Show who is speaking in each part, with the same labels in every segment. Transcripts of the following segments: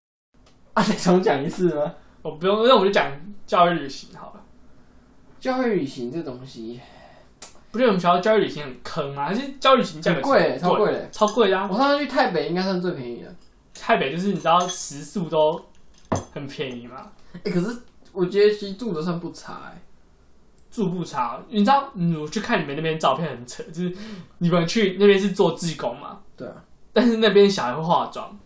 Speaker 1: 啊，再重讲一次吗？
Speaker 2: 我哦不用，那我就讲教育旅行好了。
Speaker 1: 教育旅行这东西
Speaker 2: 不是我们学校教育旅行很坑吗？还是教育旅行价格
Speaker 1: 很贵，
Speaker 2: 超
Speaker 1: 超贵嘞。
Speaker 2: 超贵的啊！
Speaker 1: 我上次去台北应该算最便宜的。
Speaker 2: 台北就是你知道食宿都很便宜嘛，
Speaker 1: 哎，可是我觉得其实住的算不差哎。
Speaker 2: 住不差。你知道，嗯，我去看你们那边照片很扯，就是你们去那边是做志工嘛，
Speaker 1: 对啊，
Speaker 2: 但是那边小孩会化妆。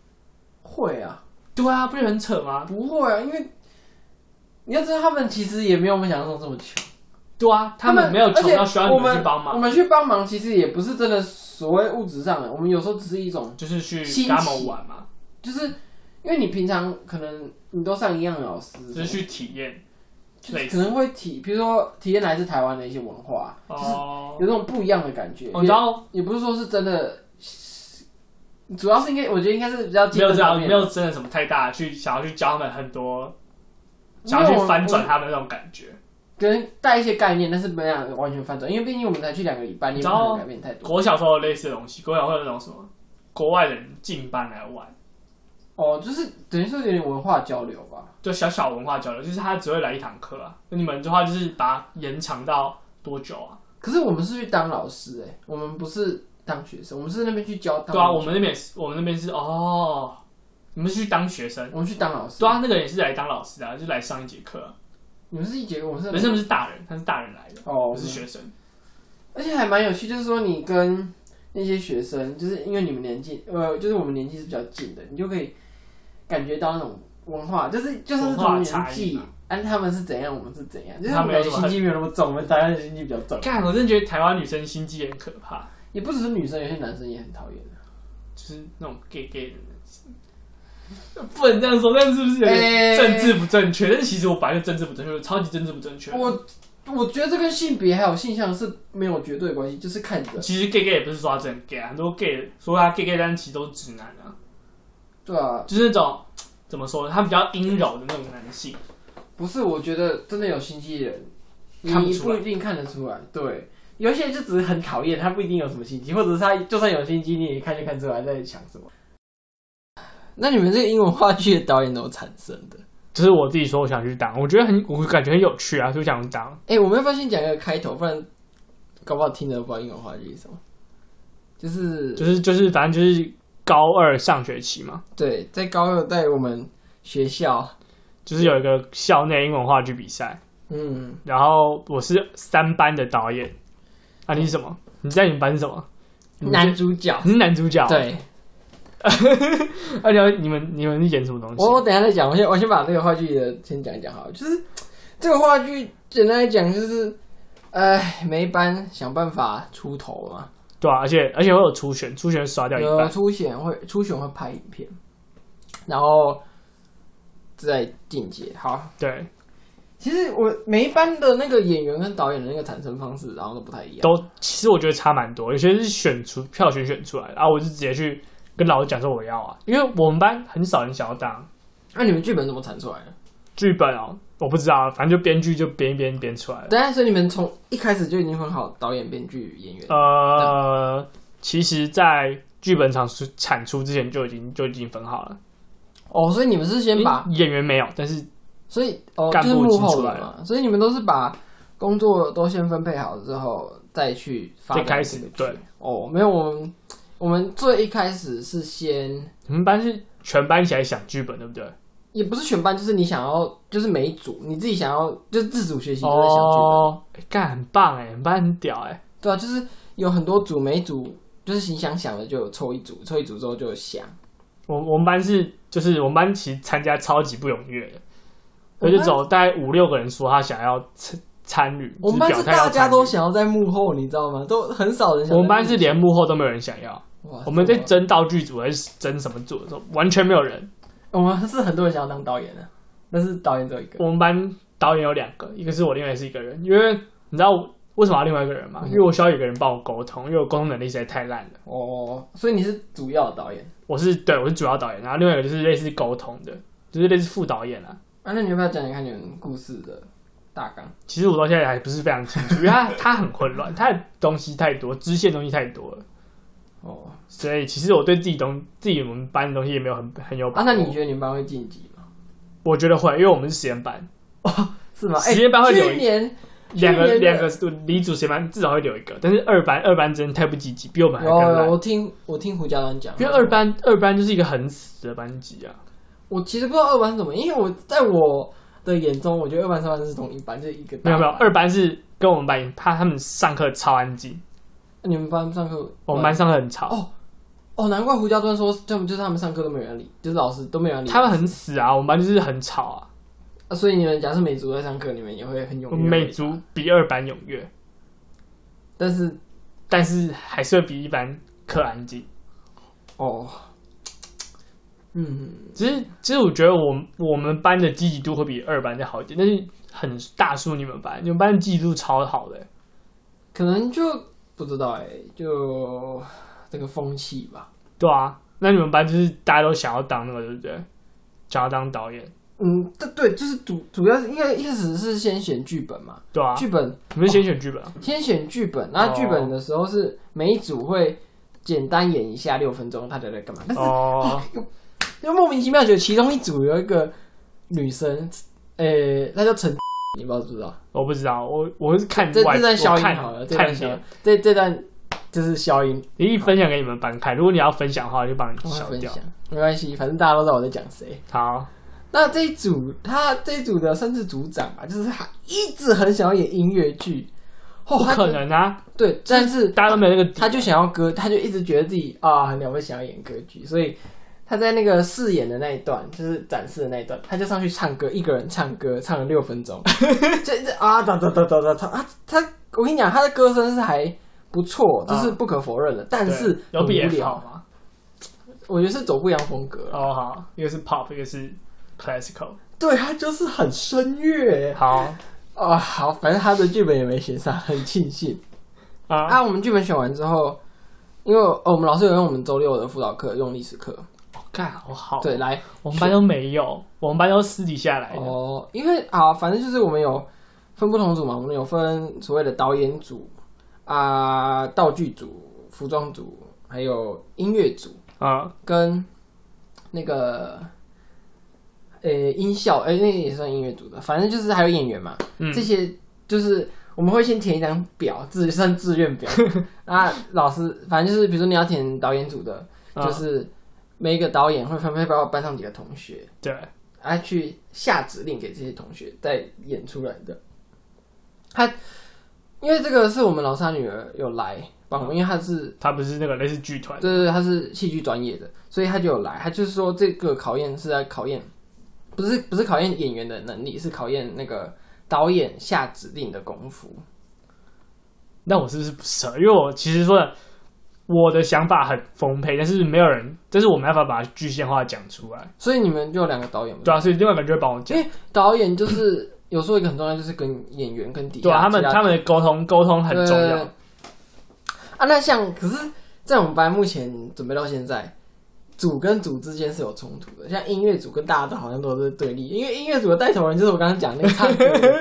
Speaker 1: 会啊，
Speaker 2: 对啊，不是很扯吗？
Speaker 1: 不会啊，因为你要知道他们其实也没有我们想象中这么穷。
Speaker 2: 对啊，他们没有穷到需要你们去帮
Speaker 1: 我
Speaker 2: 忙，
Speaker 1: 们去帮忙，其实也不是真的所谓物质上的，我们有时候只是一种，
Speaker 2: 就是去
Speaker 1: 新奇
Speaker 2: 跟他们玩嘛，
Speaker 1: 就是因为你平常可能你都上一样的老师，
Speaker 2: 只是去体验
Speaker 1: 就是
Speaker 2: 类
Speaker 1: 可
Speaker 2: 似
Speaker 1: 能会体，比如说体验来自台湾的一些文化，
Speaker 2: 哦。
Speaker 1: 有那种不一样的感觉。
Speaker 2: 我知道
Speaker 1: 也也不是说是真的，主要是应该我觉得应该是比较
Speaker 2: 没有这样，
Speaker 1: 样
Speaker 2: 没有真的什么太大的去想要去教他们很多，想
Speaker 1: 没
Speaker 2: 要
Speaker 1: 有
Speaker 2: 去翻
Speaker 1: 我
Speaker 2: 转他们那种感觉。
Speaker 1: 可能带一些概念，但是没有完全翻转，因为毕竟我们才去两个礼拜，你也不
Speaker 2: 然
Speaker 1: 可
Speaker 2: 后
Speaker 1: 能改变太多。
Speaker 2: 国小时候有类似的东西，国小会有那种什么国外人进班来玩，
Speaker 1: 哦，就是等于说有点文化交流吧。
Speaker 2: 就小小文化交流，就是他只会来一堂课啊。那你们的话就是把它延长到多久啊？
Speaker 1: 可是我们是去当老师哎、我们不是当学生，我们是那边去教哦当。
Speaker 2: 对啊，我们那边也是，我们那边是哦，你们是去当学生。
Speaker 1: 我们去当老师。
Speaker 2: 对啊，那个人也是来当老师的啊，就来上一节课啊。
Speaker 1: 你们是一节，我们是
Speaker 2: 可是他们是大人，他是大人来的，
Speaker 1: 哦
Speaker 2: 不，是学生。
Speaker 1: 而且还蛮有趣，就是说你跟那些学生，就是因为你们年纪，呃，就是我们年纪是比较近的，你就可以感觉到那种文化，就是就算是同
Speaker 2: 文化差
Speaker 1: 年
Speaker 2: 异
Speaker 1: 纪
Speaker 2: 嘛，
Speaker 1: 按他们是怎样，我们是怎样，就是
Speaker 2: 他
Speaker 1: 我
Speaker 2: 们
Speaker 1: 们感
Speaker 2: 有什
Speaker 1: 觉
Speaker 2: 么
Speaker 1: 心机没有那么重，我们台湾的心机比较重，
Speaker 2: 干，我真的觉得台湾女生心机也很可怕，
Speaker 1: 也不只是女生，有些男生也很讨厌。
Speaker 2: 就是那种 gay gay 的人。 不能这样说，但是是不是有
Speaker 1: 哎
Speaker 2: 点政治不正确？但是其实我本来就政治不正确，我超级政治不正确。
Speaker 1: 我我觉得这跟性别还有性向是没有绝对关系，就是看人。
Speaker 2: 其实 gay gay 也不是说他真的 gay 啊，很多 gay 说他 gay gay，但其实都是直男啊，
Speaker 1: 对啊，
Speaker 2: 就是那种怎么说，他比较阴柔的那种男性。
Speaker 1: 不是，我觉得真的有心机的人，
Speaker 2: 看不
Speaker 1: 你
Speaker 2: 出来
Speaker 1: 不一定看得出来。对，有些人就只是很讨厌，他不一定有什么心机，或者是他就算有心机，你也看就看出来在想什么。那你们这个英文话剧的导演怎么产生的？
Speaker 2: 就是我自己说我想去当，我觉得很，我感觉很有趣啊，就想去当。
Speaker 1: 哎、我们要不要先讲一个开头，不然搞不好听的不知道英文话剧是什么。就是
Speaker 2: 就是就是，反正就是高二上学期嘛，
Speaker 1: 对，在高二在我们学校，
Speaker 2: 就是有一个校内英文话剧比赛，
Speaker 1: 嗯，
Speaker 2: 然后我是三班的导演。啊，你是什么？你在你们班是什么？你
Speaker 1: 男
Speaker 2: 是
Speaker 1: 主角。
Speaker 2: 你是男主角。。
Speaker 1: 对，
Speaker 2: 而且你们你们是演什么东西？
Speaker 1: 我我等一下再讲，我先我先把这个话剧的先讲一讲好了，就是这个话剧简单来讲就是，哎，每一班想办法出头嘛，
Speaker 2: 对啊，而且而且会有初选，初选刷掉一
Speaker 1: 有
Speaker 2: 半。
Speaker 1: 初选会初选会拍影片，然后再进阶。好，
Speaker 2: 对，
Speaker 1: 其实我每一班的那个演员跟导演的那个产生方式，然后都不太一样。
Speaker 2: 都其实我觉得差蛮多，有些是选出票选选出来的，啊，我就直接去跟老师讲说我要啊，因为我们班很少人想要当
Speaker 1: 那、你们剧本怎么产出来的？
Speaker 2: 剧本哦，我不知道，反正就编剧就编一编编出来了。
Speaker 1: 当然，所以你们从一开始就已经很好，导演、编剧、演
Speaker 2: 哦
Speaker 1: 员。
Speaker 2: 呃，其实，在剧本厂出产出之前就已经就已经分好了，
Speaker 1: 哦，所以你们是先把
Speaker 2: 演员没有，但是
Speaker 1: 所以哦，
Speaker 2: 干
Speaker 1: 就是
Speaker 2: 部已
Speaker 1: 幕
Speaker 2: 经
Speaker 1: 后
Speaker 2: 出来
Speaker 1: 人嘛，所以你们都是把工作都先分配好之后，再去发
Speaker 2: 再
Speaker 1: 展
Speaker 2: 开
Speaker 1: 这
Speaker 2: 始
Speaker 1: 个剧
Speaker 2: 对。
Speaker 1: 哦，没有我们我们最一开始是先，
Speaker 2: 你们班是全班一起来想剧本，对不对？
Speaker 1: 也不是全班，就是你想要，就是每一组你自己想要，就是自主学习都在想剧本，
Speaker 2: 哦，哎干很棒哎，很棒很屌哎，
Speaker 1: 对啊，就是有很多组，每一组就是你想想的就抽一组，抽一组之后就想，
Speaker 2: 我我们班是就是我们班其实参加超级不踊跃的，
Speaker 1: 我
Speaker 2: 我
Speaker 1: 们
Speaker 2: 就走大概五六个人说他想要参参与，
Speaker 1: 我们班
Speaker 2: 就是是表态
Speaker 1: 大
Speaker 2: 要
Speaker 1: 家
Speaker 2: 参
Speaker 1: 都
Speaker 2: 与。
Speaker 1: 想要在幕后，你知道吗？都很少人想在幕后。
Speaker 2: 我们班是连幕后都没有人想要，
Speaker 1: 哇，
Speaker 2: 我们在
Speaker 1: 这
Speaker 2: 争道具组还是争什么组的时候，完全没有人。
Speaker 1: 我们是很多人想要当导演的，但是导演只有一个。
Speaker 2: 我们班导演有两个，一个是我，另外是一个人，因为你知道为什么要另外一个人吗？
Speaker 1: 嗯
Speaker 2: 因为我需要有一个人帮我沟通，因为我沟通能力实在太烂了。
Speaker 1: 哦，所以你是主要导演
Speaker 2: 我是对我是主要导演，然后另外一个就是类似沟通的，就是类似副导演啊。
Speaker 1: 啊？那你要不要讲讲看你们故事的大纲？
Speaker 2: 其实我到现在还不是非常清楚，因为它 它很混乱，它的东西太多，支线东西太多了，
Speaker 1: 哦，
Speaker 2: 所以其实我对自己东自己我们班的东西也没有很很有
Speaker 1: 啊，
Speaker 2: 把握。
Speaker 1: 那你觉得你们班会晋级吗？
Speaker 2: 我觉得会，因为我们是实验班，
Speaker 1: 是吗？哎
Speaker 2: 实验班会有一
Speaker 1: 去年
Speaker 2: 两个
Speaker 1: 去年
Speaker 2: 两
Speaker 1: 的
Speaker 2: 个离组实验班至少会留一个，但是二班二班真的太不积极，比我们还
Speaker 1: 有
Speaker 2: 更
Speaker 1: 有，
Speaker 2: 烂。
Speaker 1: 我听我听胡家丹讲，
Speaker 2: 因为二班二班就是一个很死的班级啊，
Speaker 1: 我其实不知道二班是怎么，因为我在我的眼中，我觉得二班三班是同一班，就是一个
Speaker 2: 没有没有，
Speaker 1: 大班
Speaker 2: 二班是跟我们班他他们上课超安静，
Speaker 1: 啊你们班上课，
Speaker 2: 我们班上课很吵，
Speaker 1: 哦哦，难怪胡家端说，他们就是他们上课都没有人理，就是老师都没有人理
Speaker 2: 他们很死啊，我们班就是很吵啊，
Speaker 1: 啊所以你们假设美族在上课，你们也会很踊
Speaker 2: 我
Speaker 1: 跃。
Speaker 2: 们美，族比二班踊跃，
Speaker 1: 但是
Speaker 2: 但是还是会比一班课安静。
Speaker 1: 哦，嗯，
Speaker 2: 其实其实我觉得我们我们班的积极度会比二班再好一点，但是很大输你们班，你们班的积极度超好的、
Speaker 1: 可能就不知道哎、就这个风气吧。
Speaker 2: 对啊，那你们班就是大家都想要当那个，对不对？想要当导演，
Speaker 1: 嗯，对对，就是主主要是应该一开始是先选剧本嘛，
Speaker 2: 对啊，
Speaker 1: 剧本
Speaker 2: 你们先选剧本啊，
Speaker 1: 先选剧本，那
Speaker 2: 哦
Speaker 1: 剧本的时候是每一组会简单演一下六分钟，大家在干嘛？但是
Speaker 2: 哦，
Speaker 1: 就莫名其妙觉得其中一组有一个女生，呃、她叫陈， 你不知道知不知道？
Speaker 2: 我不知道，我我是看
Speaker 1: 这
Speaker 2: 外
Speaker 1: 这段消
Speaker 2: 我
Speaker 1: 音
Speaker 2: 看
Speaker 1: 好了，这段
Speaker 2: 看
Speaker 1: 消音
Speaker 2: 你，
Speaker 1: 这这段就是消音，
Speaker 2: 你一分享给你们班看，如果你要分享的话，就帮你
Speaker 1: 我会
Speaker 2: 消
Speaker 1: 分
Speaker 2: 掉
Speaker 1: 享。，没关系，反正大家都知道我在讲谁。
Speaker 2: 好，
Speaker 1: 那这一组，他这一组的算是组长吧，就是他一直很想要演音乐剧，哦，
Speaker 2: 不
Speaker 1: 他
Speaker 2: 可能啊，
Speaker 1: 对，但是
Speaker 2: 大家都没有那个底
Speaker 1: 他就想要歌，他就一直觉得自己啊很了不起，想要演歌剧，所以他在那个饰演的那一段，就是展示的那一段，他就上去唱歌，一个人唱歌，唱了六分钟，就一直啊哒哒哒哒哒，他他我跟你讲，他的歌声是还不错，这是不可否认的，但
Speaker 2: 对
Speaker 1: 是
Speaker 2: 有比
Speaker 1: 很无
Speaker 2: F 好
Speaker 1: 聊，
Speaker 2: 吗？
Speaker 1: 我觉得是走不一样风格。
Speaker 2: 哦，好，一个是 pop，一个是 classical，
Speaker 1: 对他就是很声乐
Speaker 2: 好
Speaker 1: 啊，好，反正他的剧本也没选上，很庆幸。
Speaker 2: 啊，
Speaker 1: 啊，我们剧本选完之后，因为、哦、我们老师有用我们周六的辅导课用历史课，
Speaker 2: 干好好，
Speaker 1: 对，来
Speaker 2: 我们班都没有，我们班都私底下哦来的。
Speaker 1: 哦，因为啊，反正就是我们有分不同组嘛，我们有分所谓的导演组啊、道具组、服装组，还有音乐组
Speaker 2: 啊，
Speaker 1: 跟那个呃、音效，哎、那个也算音乐组的，反正就是还有演员嘛，
Speaker 2: 嗯
Speaker 1: 这些就是我们会先填一张表，自算志愿表，啊，老师反正就是比如说你要填导演组的，
Speaker 2: 啊
Speaker 1: 就是每一个导演会分配到班上几个同学。
Speaker 2: 对，
Speaker 1: 啊，去下指令给这些同学再演出来的。他因为这个是我们老师他女儿有来帮我，因为他是
Speaker 2: 他不是那个类似剧团
Speaker 1: 对，对对，他是戏剧专业的，所以他就有来。他就是说这个考验是在考验，不是不是考验演员的能力，是考验那个导演下指令的功夫。
Speaker 2: 那我是不是不适合？因为我其实说的，我的想法很丰沛，但是没有人，但是我没办法把它具象化讲出来。
Speaker 1: 所以你们就有两个导演嘛，
Speaker 2: 对啊，所以另外一个人就会帮我
Speaker 1: 因
Speaker 2: 讲。
Speaker 1: 为导演就是 有时候一个很重要，就是跟演员跟底下
Speaker 2: 对啊，他们
Speaker 1: 其
Speaker 2: 他们的沟通沟通很重
Speaker 1: 对
Speaker 2: 要。
Speaker 1: 啊，那像可是，在我们班目前准备到现在，组跟组之间是有冲突的。像音乐组跟大家都好像都是对立，因为音乐组的带头人就是我刚刚讲那个唱歌的。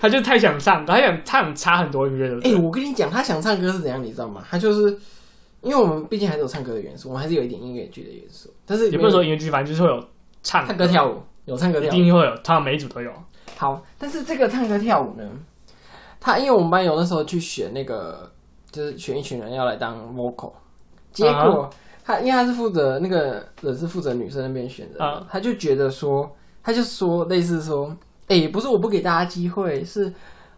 Speaker 2: 他就太想唱，他想唱差很多音乐的。
Speaker 1: 哎、我跟你讲，他想唱歌是怎样，你知道吗？他就是因为我们毕竟还是有唱歌的元素，我们还是有一点音乐剧的元素，但是
Speaker 2: 也不能说音乐剧，反正就是会有唱啊
Speaker 1: 唱，歌跳舞，有唱歌
Speaker 2: 一
Speaker 1: 跳舞。
Speaker 2: 定会有，他们每一组都有。
Speaker 1: 好，但是这个唱歌跳舞呢，他因为我们班有那时候去选那个，就是选一群人要来当 vocal，结
Speaker 2: 啊
Speaker 1: 果他因为他是负责那个人是负责女生那边选的
Speaker 2: 啊
Speaker 1: 他就觉得说，他就说类似说，哎、不是我不给大家机会，是。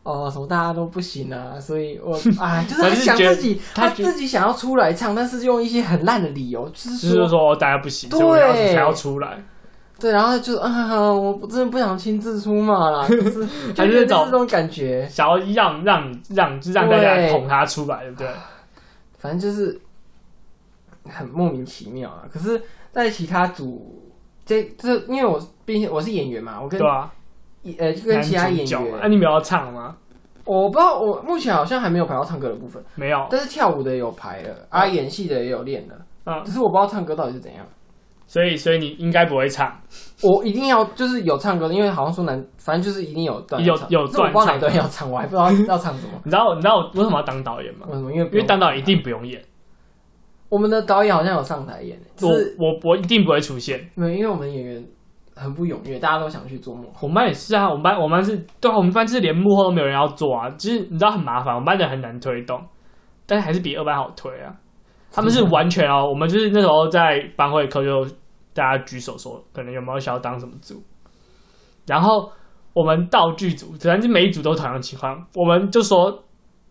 Speaker 1: 哦，什么大家都不行啊，所以 我啊，就是他
Speaker 2: 还是
Speaker 1: 想
Speaker 2: 觉得
Speaker 1: 自己，
Speaker 2: 他
Speaker 1: 他
Speaker 2: 觉
Speaker 1: 自己想要出来唱，但是用一些很烂的理由，就是
Speaker 2: 就
Speaker 1: 说
Speaker 2: 是说大家不行，所以我
Speaker 1: 对
Speaker 2: 要才要出来，
Speaker 1: 对，然后他就啊，我真的不想亲自出马啦， 就是就
Speaker 2: 还是
Speaker 1: 是
Speaker 2: 找
Speaker 1: 这种感觉，
Speaker 2: 想要让让让让大家
Speaker 1: 对
Speaker 2: 捧他出来，对不对？
Speaker 1: 反正就是很莫名其妙啊。可是，在其他组，这这因为我毕竟我是演员嘛，我跟
Speaker 2: 对啊，
Speaker 1: 呃就跟其他
Speaker 2: 男主
Speaker 1: 演
Speaker 2: 角啊嘛那
Speaker 1: 员，
Speaker 2: 你们要唱吗？
Speaker 1: 我不知道我目前好像还没有排到唱歌的部分，
Speaker 2: 没有，
Speaker 1: 但是跳舞的有排了，啊，演戏的也有练了，
Speaker 2: 哦嗯，
Speaker 1: 只是我不知道唱歌到底是怎样。
Speaker 2: 所以所以你应该不会唱，
Speaker 1: 我一定要就是有唱歌，因为好像说难，反正就是一定有段
Speaker 2: 有
Speaker 1: 唱
Speaker 2: 有
Speaker 1: 可是我
Speaker 2: 段
Speaker 1: 不知道哪一
Speaker 2: 唱
Speaker 1: 段要唱，我还不知道要唱什么。
Speaker 2: 你知道你知道我为什么要当导演吗？
Speaker 1: 为什么？因为
Speaker 2: 因为当导演
Speaker 1: 演
Speaker 2: 一定不用演，
Speaker 1: 我们的导演好像有上台演，就
Speaker 2: 我
Speaker 1: 是
Speaker 2: 我我一定不会出现，
Speaker 1: 没有，因为我们演员很不踊跃，大家都想去做幕后。
Speaker 2: 我们班也是啊，我们班我们班是对啊，我们班是连幕后都没有人要做啊，就是你知道很麻烦，我们班人很难推动，但是还是比二班好推啊。他们是完全哦，我们就是那时候在班会课就大家举手说，可能有没有想要当什么组，然后我们道具组，反正每一组都同样情况，我们就说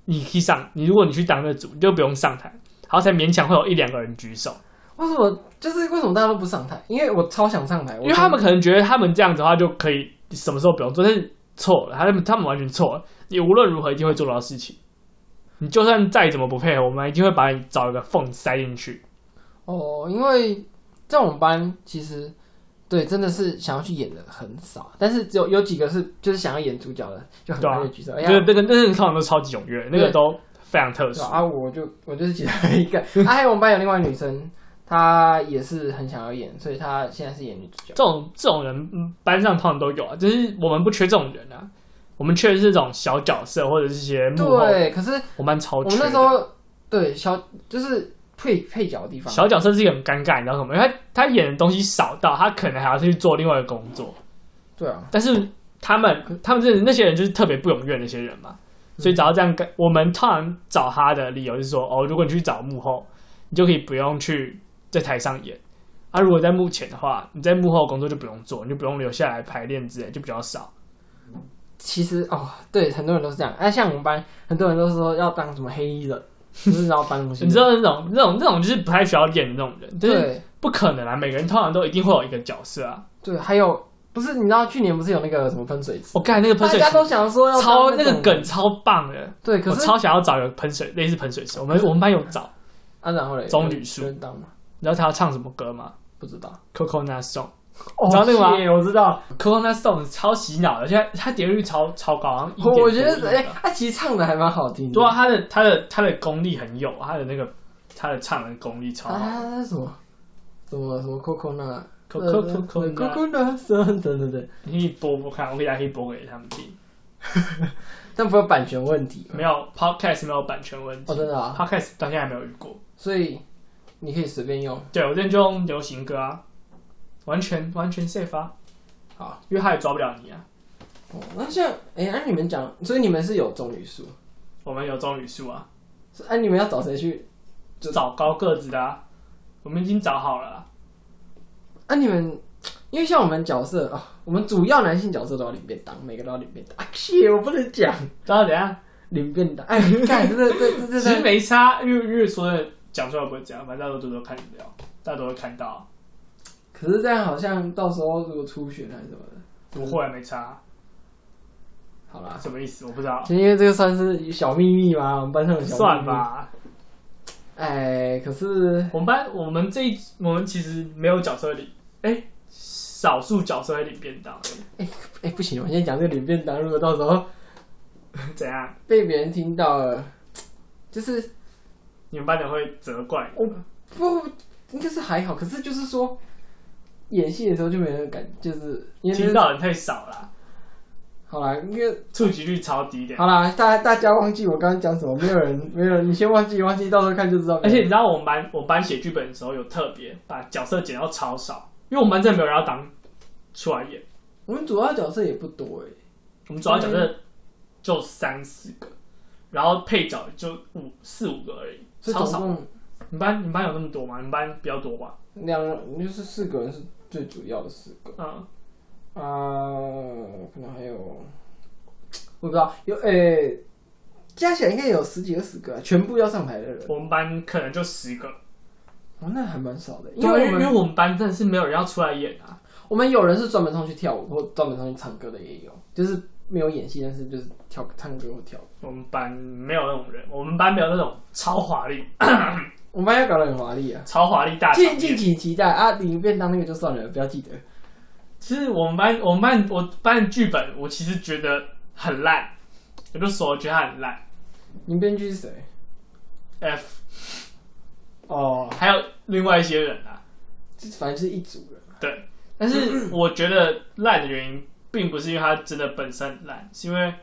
Speaker 2: 你可以上，你如果你去当那组，你就不用上台，然后才勉强会有一两个人举手，
Speaker 1: 为什么？就是为什么大家都不上台？因为我超想上台，我
Speaker 2: 因为他们可能觉得他们这样子的话就可以什么时候不用做，但是错了，他们他们完全错了。你无论如何一定会做到事情，你就算再怎么不配合，我们一定会把你找一个缝塞进去。
Speaker 1: 哦，因为在我们班其实对真的是想要去演的很少，但是只有有几个是就是想要演主角的，就很
Speaker 2: 对啊
Speaker 1: 快就举手。哎
Speaker 2: 就
Speaker 1: 呀，
Speaker 2: 是那个，那个通常都超级踊跃，那个
Speaker 1: 对
Speaker 2: 都非常特
Speaker 1: 对
Speaker 2: 殊
Speaker 1: 啊，。啊我就我就是其他一 个。啊，还有我们班有另外一个女生，她也是很想要演，所以她现在是演女主角。
Speaker 2: 这种这种人嗯班上通常都有啊，就是我们不缺这种人啊，我们缺的是这种小角色或者是一些幕后。
Speaker 1: 对，可是
Speaker 2: 我们班超
Speaker 1: 我
Speaker 2: 缺
Speaker 1: 们那时
Speaker 2: 的。
Speaker 1: 候对小就是配配角的地方，
Speaker 2: 小角色是一个很尴尬，你知道什么？因为他他演的东西少到他可能还要去做另外一个工作。
Speaker 1: 对啊，
Speaker 2: 但是他们他们这那些人就是特别不踊跃的那些人嘛，
Speaker 1: 嗯
Speaker 2: 所以只要这样跟我们通常找他的理由是说，哦，如果你去找幕后，你就可以不用去在台上演。啊，如果在幕前的话，你在幕后工作就不用做，你就不用留下来排练之类，就比较少。
Speaker 1: 其实哦，对，很多人都是这样。哎、像我们班很多人都是说要当什么黑衣人，就是要当什么
Speaker 2: 你知道那种那种那种就是不太需要练的那种人，就是
Speaker 1: 对
Speaker 2: 不可能啊！每个人通常都一定会有一个角色啊。
Speaker 1: 对，还有不是你知道去年不是有那个什么喷水池，
Speaker 2: 我看哦那个喷
Speaker 1: 大
Speaker 2: 水
Speaker 1: 家
Speaker 2: 池
Speaker 1: 都想说要
Speaker 2: 超
Speaker 1: 当那
Speaker 2: 那个
Speaker 1: 种
Speaker 2: 梗超棒的，
Speaker 1: 对，可
Speaker 2: 我
Speaker 1: 是
Speaker 2: 超想要找一个喷水类似喷水池。我们我们班有找，
Speaker 1: 啊，然后嘞，
Speaker 2: 棕榈树
Speaker 1: 有人当吗？
Speaker 2: 你知道他要唱什么歌吗
Speaker 1: 不知道，
Speaker 2: ？Coconut Song。
Speaker 1: 哦
Speaker 2: 知道那个吗
Speaker 1: 谢我知道，
Speaker 2: Coconut Song 超洗脑的，而且它它点阅率超超高，好像一点
Speaker 1: 我我觉得哎
Speaker 2: 哎，，
Speaker 1: 他其实唱的还蛮好听的。
Speaker 2: 对啊，他的他的他的功力很有，他的那个他的唱的功力超
Speaker 1: 啊，
Speaker 2: 好。
Speaker 1: 他是什么什么什么 coconut
Speaker 2: Co
Speaker 1: 呃
Speaker 2: Co Co Co Co，
Speaker 1: coconut，对 对对，
Speaker 2: 你可以播播看，我可以还可以播给他们听。
Speaker 1: 但不有版权问题吗
Speaker 2: 没有 Podcast 没有版权问题
Speaker 1: 哦，嗯真的啊，
Speaker 2: ，Podcast 到现在还没有遇过。
Speaker 1: 所以你可以随便用。
Speaker 2: 对我这就用流行歌啊，完全完全 safe 啊，
Speaker 1: 好，
Speaker 2: 因为他也抓不了你啊。
Speaker 1: 哦，那像哎，按你们讲，所以你们是有棕榈树，
Speaker 2: 我们有棕榈树啊，
Speaker 1: 是按你们要找谁去？就
Speaker 2: 找高个子的啊，我们已经找好了啊。
Speaker 1: 啊，你们，因为像我们角色啊，我们主要男性角色都要领便当，每个都要领便当。啊，切，我不能讲
Speaker 2: 然后等一下，
Speaker 1: 领便当。 哎，看这这这这
Speaker 2: 其实
Speaker 1: 这，
Speaker 2: 没差，因为因为说的讲出来不会讲，反正大家都多多看得了，大家都会看到啊。
Speaker 1: 可是这样好像到时候如果初选还是什么的，
Speaker 2: 不会没差，
Speaker 1: 好啦，
Speaker 2: 什么意思？我不知道，
Speaker 1: 就因为这个算是小秘密嘛，我们班上的小秘密。
Speaker 2: 算。吧。
Speaker 1: 哎，可是
Speaker 2: 我们班我们这一我们其实没有角色领，哎、少数角色会领便当，
Speaker 1: 哎，不行，我先讲这个领便当，如果到时候
Speaker 2: 怎样？
Speaker 1: 被别人听到了，就是
Speaker 2: 你们班的会责怪你吗
Speaker 1: 不，应该是还好。可是就是说，演戏的时候就没人敢，就是因为、就
Speaker 2: 听
Speaker 1: 是、
Speaker 2: 到的人太少了，
Speaker 1: 好啦，应该
Speaker 2: 触及率超低的。
Speaker 1: 好啦，大大家忘记我刚刚讲什么，没有人， 没有人，你先忘记，忘记到时候看就知道。哎
Speaker 2: 而且你知道我们班我们班写剧本的时候有特别把角色剪到超少，因为我们班真的没有人要当出来演，
Speaker 1: 我们主要角色也不多哎、
Speaker 2: 我们主要角色就三四个，然后配角就五四五个而已，
Speaker 1: 所以
Speaker 2: 超
Speaker 1: 总
Speaker 2: 少。
Speaker 1: 共
Speaker 2: 你们班你们班有那么多吗？你们班比较多吧？
Speaker 1: 两人就是四个人是最主要的四个
Speaker 2: 嗯，
Speaker 1: 啊、可能还有我不知道有诶、加起来应该有十几二十个，啊全部要上台的人，
Speaker 2: 我们班可能就十个，
Speaker 1: 哦，那还蛮少的，因
Speaker 2: 因为
Speaker 1: 为
Speaker 2: 啊因
Speaker 1: 我
Speaker 2: 为
Speaker 1: 们
Speaker 2: 我们班真的是没有人要出来演啊。
Speaker 1: 我们有人是专门上去跳舞或专门上去唱歌的也有，就是没有演戏，但是就是跳唱歌或跳舞。
Speaker 2: 我们班没有那种人，我们班没有那种超华丽、
Speaker 1: 我们要搞得很华丽啊，
Speaker 2: 超华丽大场
Speaker 1: 敬敬
Speaker 2: 面。
Speaker 1: 请期待啊！领便当那个就算了，不要记得。
Speaker 2: 其实我们班我们班我班的剧本，我其实觉得很烂，我就说我觉得它很烂。
Speaker 1: 你们编剧是谁？
Speaker 2: F
Speaker 1: 哦，
Speaker 2: 还有另外一些人啊，
Speaker 1: 这反正就是一组人。
Speaker 2: 对，但
Speaker 1: 嗯
Speaker 2: 是我觉得烂的原因，并不是因为它真的本身很烂，是因为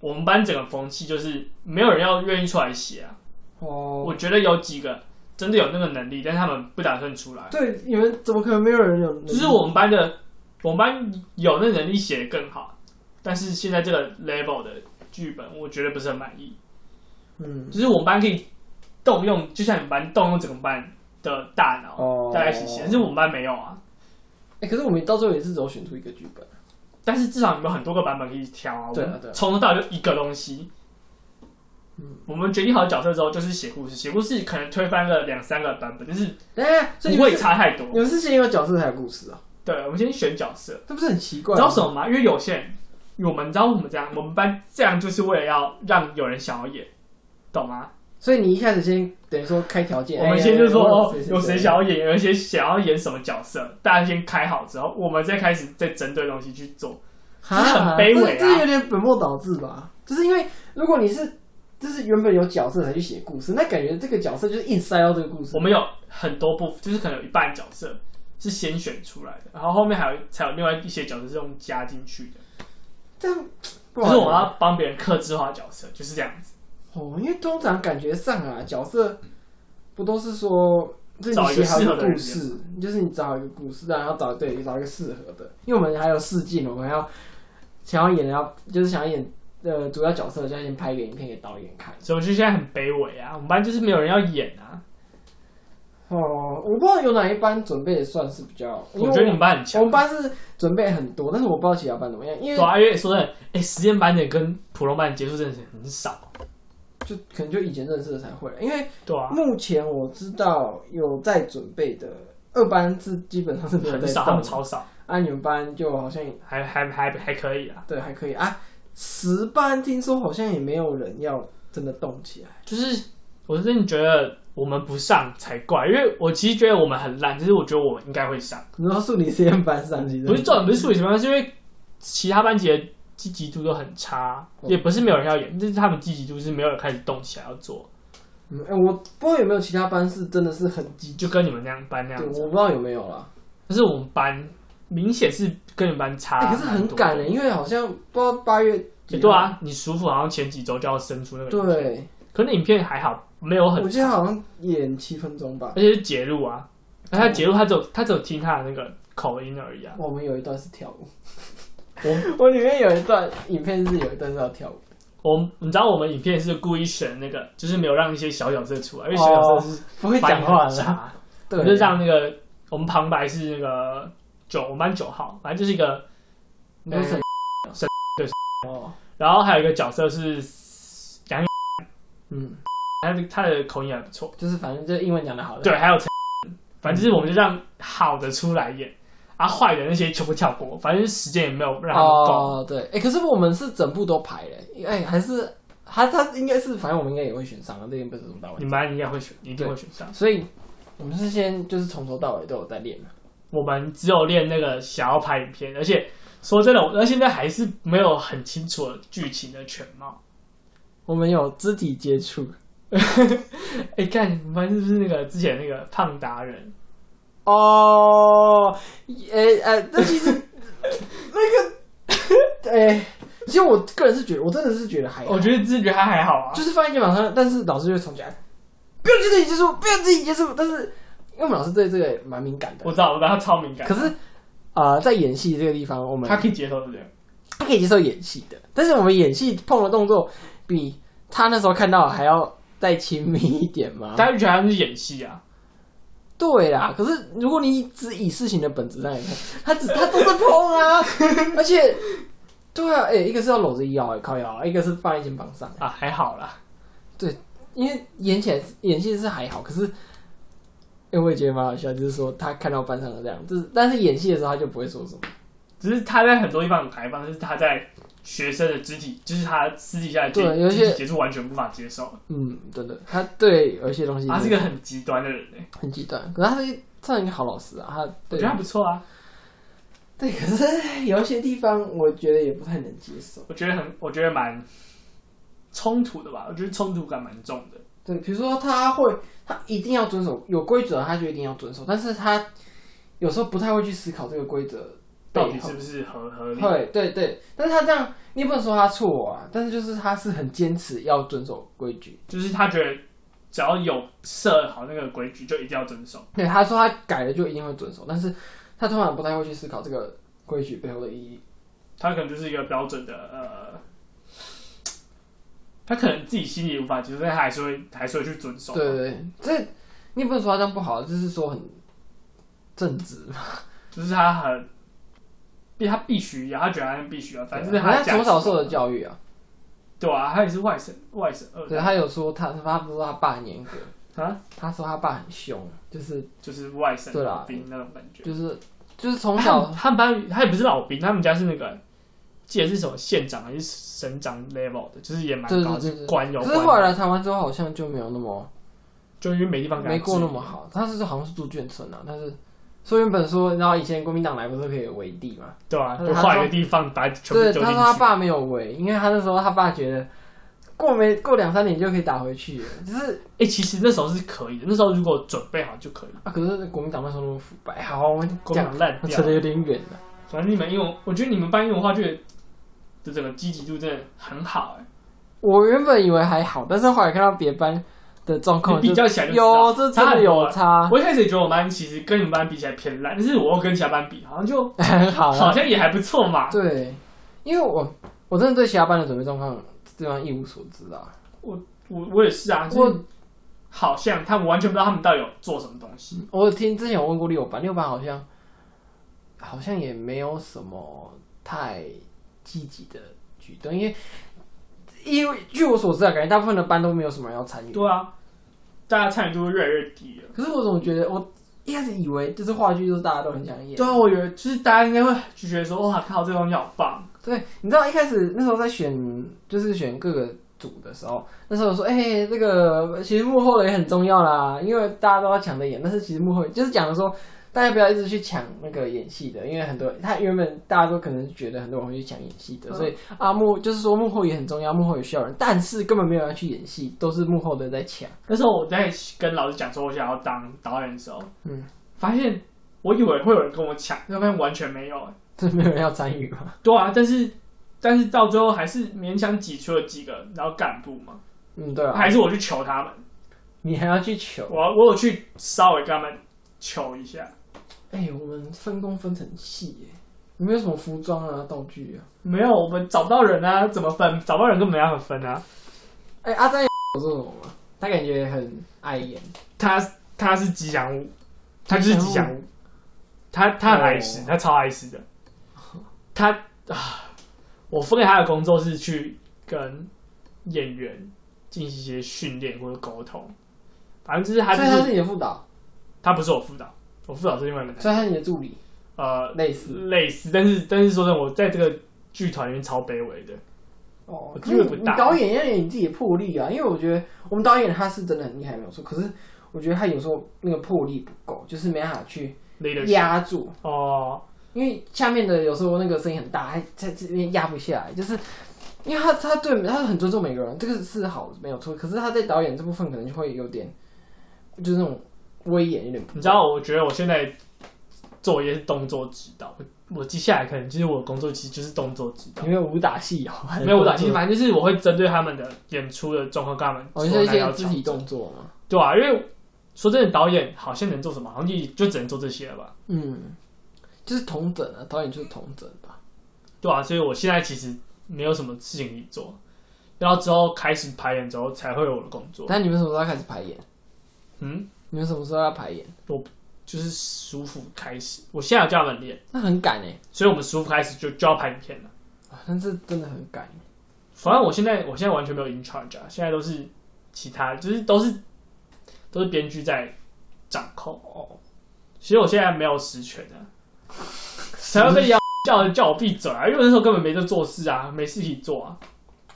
Speaker 2: 我们班整个风气就是没有人要愿意出来写啊。
Speaker 1: 哦，
Speaker 2: 我觉得有几个真的有那个能力，但他们不打算出来。
Speaker 1: 对，你们怎么可能没有人有？
Speaker 2: 就是我们班的我们班有那能力写得更好，但是现在这个 level 的剧本，我觉得不是很满意。
Speaker 1: 嗯，
Speaker 2: 就是我们班可以动用，就像你们班动用整个班的大脑，
Speaker 1: 哦，
Speaker 2: 大家一起写，但是我们班没有啊。
Speaker 1: 哎、可是我们到最后也是只有选出一个剧本，
Speaker 2: 但是至少你们有很多个版本可以挑啊。
Speaker 1: 对啊
Speaker 2: 我们
Speaker 1: 对啊
Speaker 2: 从头到尾就一个东西。
Speaker 1: 嗯
Speaker 2: 我们决定好角色之后，就是写故事。写故事可能推翻了两三个版本，但是
Speaker 1: 哎、所以你
Speaker 2: 不
Speaker 1: 们
Speaker 2: 会
Speaker 1: 是
Speaker 2: 差太多
Speaker 1: 你。们是先有角色才有故事啊，
Speaker 2: 对，我们先选角色。
Speaker 1: 这不是很奇怪
Speaker 2: 你
Speaker 1: 吗？
Speaker 2: 知道什么吗？因为有些人，因为我们你知道我们这样，我们班这样就是为了要让有人想要演，懂吗？
Speaker 1: 所以你一开始先等于说开条件，
Speaker 2: 我们先就说哦
Speaker 1: 哎，
Speaker 2: 有谁想？要演，有谁想要演什么角色，大家先开好之后，我们再开始再针对东西去做。
Speaker 1: 哈
Speaker 2: 这是很卑微啊
Speaker 1: 这这有点本末倒置吧？就是因为如果你是就是原本有角色才去写故事，那感觉这个角色就是硬塞到这个故事
Speaker 2: 我。们有很多部，就是可能有一半角色是先选出来的，然后后面还有才有另外一些角色是用加进去的，
Speaker 1: 这样不
Speaker 2: 就
Speaker 1: 好
Speaker 2: 是我要帮别人克制化角色，就是这样子。
Speaker 1: 哦，因为通常感觉上啊，角色不都是说，就是你写好一个故事，就是你找好一个故事，然后找对找一个适合的。因为我们还有试镜，我们还要想要演，要就是想要演呃主要角色，就要先拍一个影片给导演看。
Speaker 2: 所以我就现在很卑微啊，我们班就是没有人要演啊。
Speaker 1: 哦，我不知道有哪一班准备的算是比较，因为
Speaker 2: 我觉得你们班很强
Speaker 1: 我。们班是准备很多，但是我不知道其他班怎么样，因
Speaker 2: 对
Speaker 1: 为
Speaker 2: 啊，因为说真的，哎、实验班的跟普通班的接触真的是很少。
Speaker 1: 就可能就以前认识的才会，因为
Speaker 2: 对啊，
Speaker 1: 目前我知道有在准备的二班是基本上是没有
Speaker 2: 很
Speaker 1: 在
Speaker 2: 少，他
Speaker 1: 动
Speaker 2: 们
Speaker 1: 的。
Speaker 2: 超少，
Speaker 1: 啊，你们班就好像
Speaker 2: 还还还还可以啊。
Speaker 1: 对还可以啊，十班听说好像也没有人要真的动起来。
Speaker 2: 就是我真的觉得我们不上才怪，因为我其实觉得我们很烂，就是我觉得我应该会上。
Speaker 1: 你说数理实验班上去，
Speaker 2: 不是重点不是数理什么，是因为其他班级的积极度都很差，
Speaker 1: 嗯
Speaker 2: 也不是没有人要演，就是他们积极度是没有人开始动起来要做，
Speaker 1: 嗯，哎、我不知道有没有其他班是真的是很激
Speaker 2: 就跟你们那样班那
Speaker 1: 对，
Speaker 2: 样子。
Speaker 1: 我不知道有没有啦。
Speaker 2: 但是我们班明显是跟你们班差
Speaker 1: 哎、
Speaker 2: 啊蛮
Speaker 1: 可
Speaker 2: 多
Speaker 1: 是
Speaker 2: 的、
Speaker 1: 很赶的、因为好像不知道八月几
Speaker 2: 也
Speaker 1: 号
Speaker 2: 对，啊，你舒服好像前几周就要生出那个，
Speaker 1: 对，
Speaker 2: 可那影片还好，没有很
Speaker 1: 我，记得好像演七分钟吧。
Speaker 2: 而且是节录
Speaker 1: 哦
Speaker 2: 啊，而他节录他只有他只有听他的那个口音而已啊。
Speaker 1: 我们有一段是跳舞，
Speaker 2: 我
Speaker 1: 我里面有一段影片是有一段是要跳舞，
Speaker 2: 我们你知道我们影片是故意选那个，就是没有让一些小角色出来，因为小角色是
Speaker 1: 哦不会
Speaker 2: 发音
Speaker 1: 讲话
Speaker 2: 很
Speaker 1: 了，
Speaker 2: 差，我
Speaker 1: 对，啊
Speaker 2: 们就让那个我们旁白是那个九，我们班九号，反正就是一个，
Speaker 1: 你说谁
Speaker 2: 谁对
Speaker 1: 哦，
Speaker 2: 然后还有一个角色是杨，
Speaker 1: 嗯，
Speaker 2: 他的他的口音还不错，
Speaker 1: 就是反正就是英文讲的好的，
Speaker 2: 对，还有陈，反正就是我们就让好的出来演，啊坏的那些全部跳过，反正时间也没有让他们够，
Speaker 1: 哦，对，哎、可是我们是整部都排了，哎、还是他他应该是，反正我们应该也会选上的，这个不是什么大问题。
Speaker 2: 你们班应该会选，一定会选上。
Speaker 1: 所以我们是先就是从头到尾都有在练嘛，
Speaker 2: 我们只有练那个想要拍影片，而且说真的，我到现在还是没有很清楚的剧情的全貌。
Speaker 1: 我们有肢体接触。
Speaker 2: 哎、看你们班是不是那个之前那个胖达人？
Speaker 1: 哦，诶、呃，那 其实那个，哎、其实我个人是觉得，我真的是觉得还好，
Speaker 2: 我觉得自己觉得他还好啊
Speaker 1: 就，是放在肩膀上，但是老师就会从起来，不要去自己接触，不要自己接触。但是因为我们老师对这个蛮敏感
Speaker 2: 我
Speaker 1: 的，
Speaker 2: 知道，我知道他超敏感，
Speaker 1: 可是啊、呃在演戏这个地方，我们
Speaker 2: 他可以接受这样。
Speaker 1: 他可以接受演戏的，但是我们演戏碰的动作比他那时候看到的还要再亲密一点嘛。
Speaker 2: 大家就觉得他是演戏啊，
Speaker 1: 对啦，可是如果你只以事情的本质上来看，他只他都是碰啊， 而且对啊，哎、一个是要搂着腰、哎靠腰啊，一个是放在肩膀上，
Speaker 2: 啊还好啦。
Speaker 1: 因为演起来演戏是还好，可是。哎、我也觉得蛮好笑，就是说他看到班上的这样，就是但是演戏的时候他就不会说什么，
Speaker 2: 只是他在很多地方很开放，但是他在学生的肢体，就是他私底下的
Speaker 1: 对有
Speaker 2: 肢
Speaker 1: 一些
Speaker 2: 肢体接触完全无法接受。
Speaker 1: 嗯，真的，他对有一些东西
Speaker 2: 他是一个很极端的人诶、
Speaker 1: 很极端，可是他是算一个好老师啊，他
Speaker 2: 我
Speaker 1: 对
Speaker 2: 觉得他不错啊，
Speaker 1: 对，可是有一些地方我觉得也不太能接受。
Speaker 2: 我觉得很，我觉得蛮冲突的吧，我觉得冲突感蛮重的。
Speaker 1: 对，比如说他会，他一定要遵守有规则，他就一定要遵守，但是他有时候不太会去思考这个规则
Speaker 2: 到
Speaker 1: 背
Speaker 2: 底
Speaker 1: 后
Speaker 2: 是。不是合合理？
Speaker 1: 对对对，但是他这样，你也不能说他错啊，但是就是他是很坚持要遵守规矩。
Speaker 2: 就是他觉得只要有设好那个规矩，就一定要遵守。
Speaker 1: 对，他说他改了就一定会遵守，但是他通常不太会去思考这个规矩背后的意义。
Speaker 2: 他可能就是一个标准的呃，他可能自己心里无法接受，但他还是会还是会去遵守。
Speaker 1: 对对对，这你也不能说他这样不好，就是说很正直。
Speaker 2: 就是他很必他必须要，他觉得他必须要，反正就是
Speaker 1: 他
Speaker 2: 他
Speaker 1: 从小受的
Speaker 2: 教，
Speaker 1: 教育啊，
Speaker 2: 对啊，他也是外省外省二
Speaker 1: 对
Speaker 2: 代，
Speaker 1: 他有说他他不是说他爸很严格
Speaker 2: 啊，
Speaker 1: 他说他爸很凶，就是
Speaker 2: 就是外省
Speaker 1: 对啦
Speaker 2: 老兵那种感觉。
Speaker 1: 就是就是从
Speaker 2: 他
Speaker 1: 小
Speaker 2: 们他们班他也不是老兵，他们家是那个。记得是什么县长还是省长 level 的，就是也蛮
Speaker 1: 对对
Speaker 2: 高，
Speaker 1: 对
Speaker 2: 是
Speaker 1: 对
Speaker 2: 官有
Speaker 1: 可是后
Speaker 2: 官，
Speaker 1: 来来台湾之后，好像就没有那么
Speaker 2: 就因为没地方给他
Speaker 1: 没过
Speaker 2: 治
Speaker 1: 那么好。他是好像是住眷村啊，但是所以原本说，然后以前国民党来不是可以围地嘛？
Speaker 2: 对啊，
Speaker 1: 他
Speaker 2: 就换一个地方把它全部
Speaker 1: 对，
Speaker 2: 丢进
Speaker 1: 他说他
Speaker 2: 去。
Speaker 1: 爸没有围，因为他那时候他爸觉得过没过两三年就可以打回去了，就是
Speaker 2: 哎、其实那时候是可以的，那时候如果准备好就可以了。
Speaker 1: 啊，可是国民党那时候那么腐败，好，我们
Speaker 2: 国民
Speaker 1: 讲
Speaker 2: 党烂掉
Speaker 1: 扯，得有点远了。
Speaker 2: 反正你们英文，我觉得你们班英文话剧的整个积极度真的很好、欸，
Speaker 1: 我原本以为还好，但是后来看到别班的状况，
Speaker 2: 你比
Speaker 1: 就
Speaker 2: 较起来就知道。
Speaker 1: 有这真的
Speaker 2: 啊
Speaker 1: 有差，
Speaker 2: 我一开始也觉得我们班其实跟你们班比起来偏烂，但是我又跟其他班比，好像就
Speaker 1: 很好啦。
Speaker 2: 好像也还不错嘛。
Speaker 1: 对，因为我我真的对其他班的准备状况这方面一无所知啊。
Speaker 2: 我我也是啊，就是好像他们完全不知道他们到底有做什么东西。
Speaker 1: 我听之前有问过六班，六班好像好像也没有什么太积极的举动，因为因为据我所知啊，感觉大部分的班都没有什么人要参与。
Speaker 2: 对啊，大家参与度会越来越低了。
Speaker 1: 可是我总觉得我一开始以为就是话剧，就是大家都很想演。
Speaker 2: 对啊，我以为就是大家应该会就觉得说，哇靠，这个东西好棒。
Speaker 1: 对，你知道一开始那时候在选，就是选各个组的时候，那时候说，哎、这个其实幕后的也很重要啦，因为大家都要抢着演，但是其实幕后就是讲的说，大家不要一直去抢那个演戏的，因为很多人他原本大家都可能觉得很多人会去抢演戏的，
Speaker 2: 嗯
Speaker 1: 所以啊幕就是说幕后也很重要，幕后也需要人，但是根本没有人要去演戏，都是幕后的在抢。
Speaker 2: 那时候我在跟老师讲说我想要当导演的时候，
Speaker 1: 嗯，
Speaker 2: 发现我以为会有人跟我抢，但发现完全没有、欸
Speaker 1: 这没有人要参与嘛？
Speaker 2: 对啊，但是但是到最后还是勉强挤出了几个，然后干部嘛，
Speaker 1: 嗯，对啊，
Speaker 2: 还是我去求他们，
Speaker 1: 你还要去求。
Speaker 2: 我我有去稍微跟他们求一下，
Speaker 1: 哎、我们分工分成细耶，有没有什么服装啊、道具啊？
Speaker 2: 没有，我们找不到人啊，怎么分？找不到人根本没办法分啊。
Speaker 1: 哎、阿詹有做什么吗？他感觉很碍眼，
Speaker 2: 他他是吉祥物，他就是吉祥物，他他很爱吃，
Speaker 1: 哦
Speaker 2: 他超爱吃的。他啊，我分给他的工作是去跟演员进行一些训练或者沟通，反正就是他就
Speaker 1: 所以他
Speaker 2: 是
Speaker 1: 是你的副导，
Speaker 2: 他不是我辅导，我辅导是另外一个男
Speaker 1: 所以他是你的助理，
Speaker 2: 呃
Speaker 1: 类似
Speaker 2: 类似，但是但是说真的，我在这个剧团里面超卑微的，
Speaker 1: 哦
Speaker 2: 我。
Speaker 1: 可
Speaker 2: 地
Speaker 1: 是
Speaker 2: 位不
Speaker 1: 你
Speaker 2: 大
Speaker 1: 导演要有你自己的魄力啊，因为我觉得我们导演他是真的很厉害，没有错。可是我觉得他有时候那个魄力不够，就是没办法去
Speaker 2: leader
Speaker 1: 压住，
Speaker 2: 哦，
Speaker 1: 因为下面的有时候那个声音很大，他他这边压不下来，就是。因为他他对他很尊重每个人，这个是好没有错。可是他在导演这部分可能就会有点，就是那种威严有点
Speaker 2: 你知道，我觉得我现在做一些动作指导，我我接下来可能就是我的工作其实就是动作指导。
Speaker 1: 不，因为武打戏有还是
Speaker 2: 没有，我打，其
Speaker 1: 动
Speaker 2: 实
Speaker 1: 作
Speaker 2: 反正就是我会针对他们的演出的状况跟他们
Speaker 1: 哦，
Speaker 2: 做
Speaker 1: 你说一
Speaker 2: 哪
Speaker 1: 些
Speaker 2: 要
Speaker 1: 肢
Speaker 2: 调
Speaker 1: 体
Speaker 2: 整，
Speaker 1: 动作嘛。
Speaker 2: 对啊，因为说真的，导演好像能做什么，好像就就只能做这些了吧，
Speaker 1: 嗯，就是同整啊，导演就是同整吧。
Speaker 2: 对啊，所以我现在其实没有什么事情可以做，然后之后开始排演之后才会有我的工作，
Speaker 1: 但你们什么时候要开始排演？
Speaker 2: 嗯，
Speaker 1: 你们什么时候要排演？
Speaker 2: 就是舒服开始，我现在有叫他们练，
Speaker 1: 那很赶哎、
Speaker 2: 所以我们舒服开始就就要拍影片了。
Speaker 1: 啊但是真的很赶。
Speaker 2: 反正我现在我现在完全没有 in charge 啊，现在都是其他，就是都是都是编剧在掌控哦。其实我现在没有实权啊，谁会被叫叫我闭嘴啊？因为那时候根本没在做事啊，没事情做啊。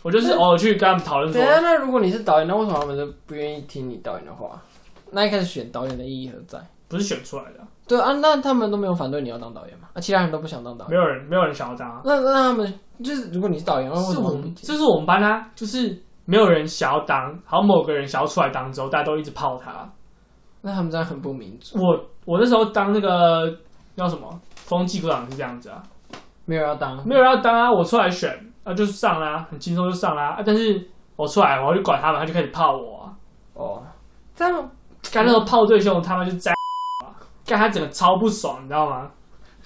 Speaker 2: 我就是
Speaker 1: 嗯
Speaker 2: 偶尔去跟他们讨论
Speaker 1: 等
Speaker 2: 说
Speaker 1: 一，啊下，那如果你是导演，那为什么他们都不愿意听你导演的话？那一开始选导演的意义何在？
Speaker 2: 不是选出来的啊、
Speaker 1: 对啊，那他们都没有反对你要当导演嘛？啊，其他人都不想当导演。
Speaker 2: 没有人没有人想要当、啊。
Speaker 1: 那那他们就是，如果你是导演，那为
Speaker 2: 是
Speaker 1: 什
Speaker 2: 我
Speaker 1: 么
Speaker 2: 们
Speaker 1: 不，
Speaker 2: 这
Speaker 1: 听？
Speaker 2: 是我们班啊，就是没有人想要当，好像某个人想要出来当之后，大家都一直泡他。
Speaker 1: 那他们这样很不民主，
Speaker 2: 我我那时候当那个叫什么风纪股长是这样子啊，
Speaker 1: 没有人要当。
Speaker 2: 没有人要当啊，我出来选啊，就是上啦、很轻松就上啦、啊。但是我出来，我就管他们，他就开始泡我、啊。
Speaker 1: 哦，这样
Speaker 2: 干那时候泡最凶，他们就在啊，干他整个超不爽，你知道吗？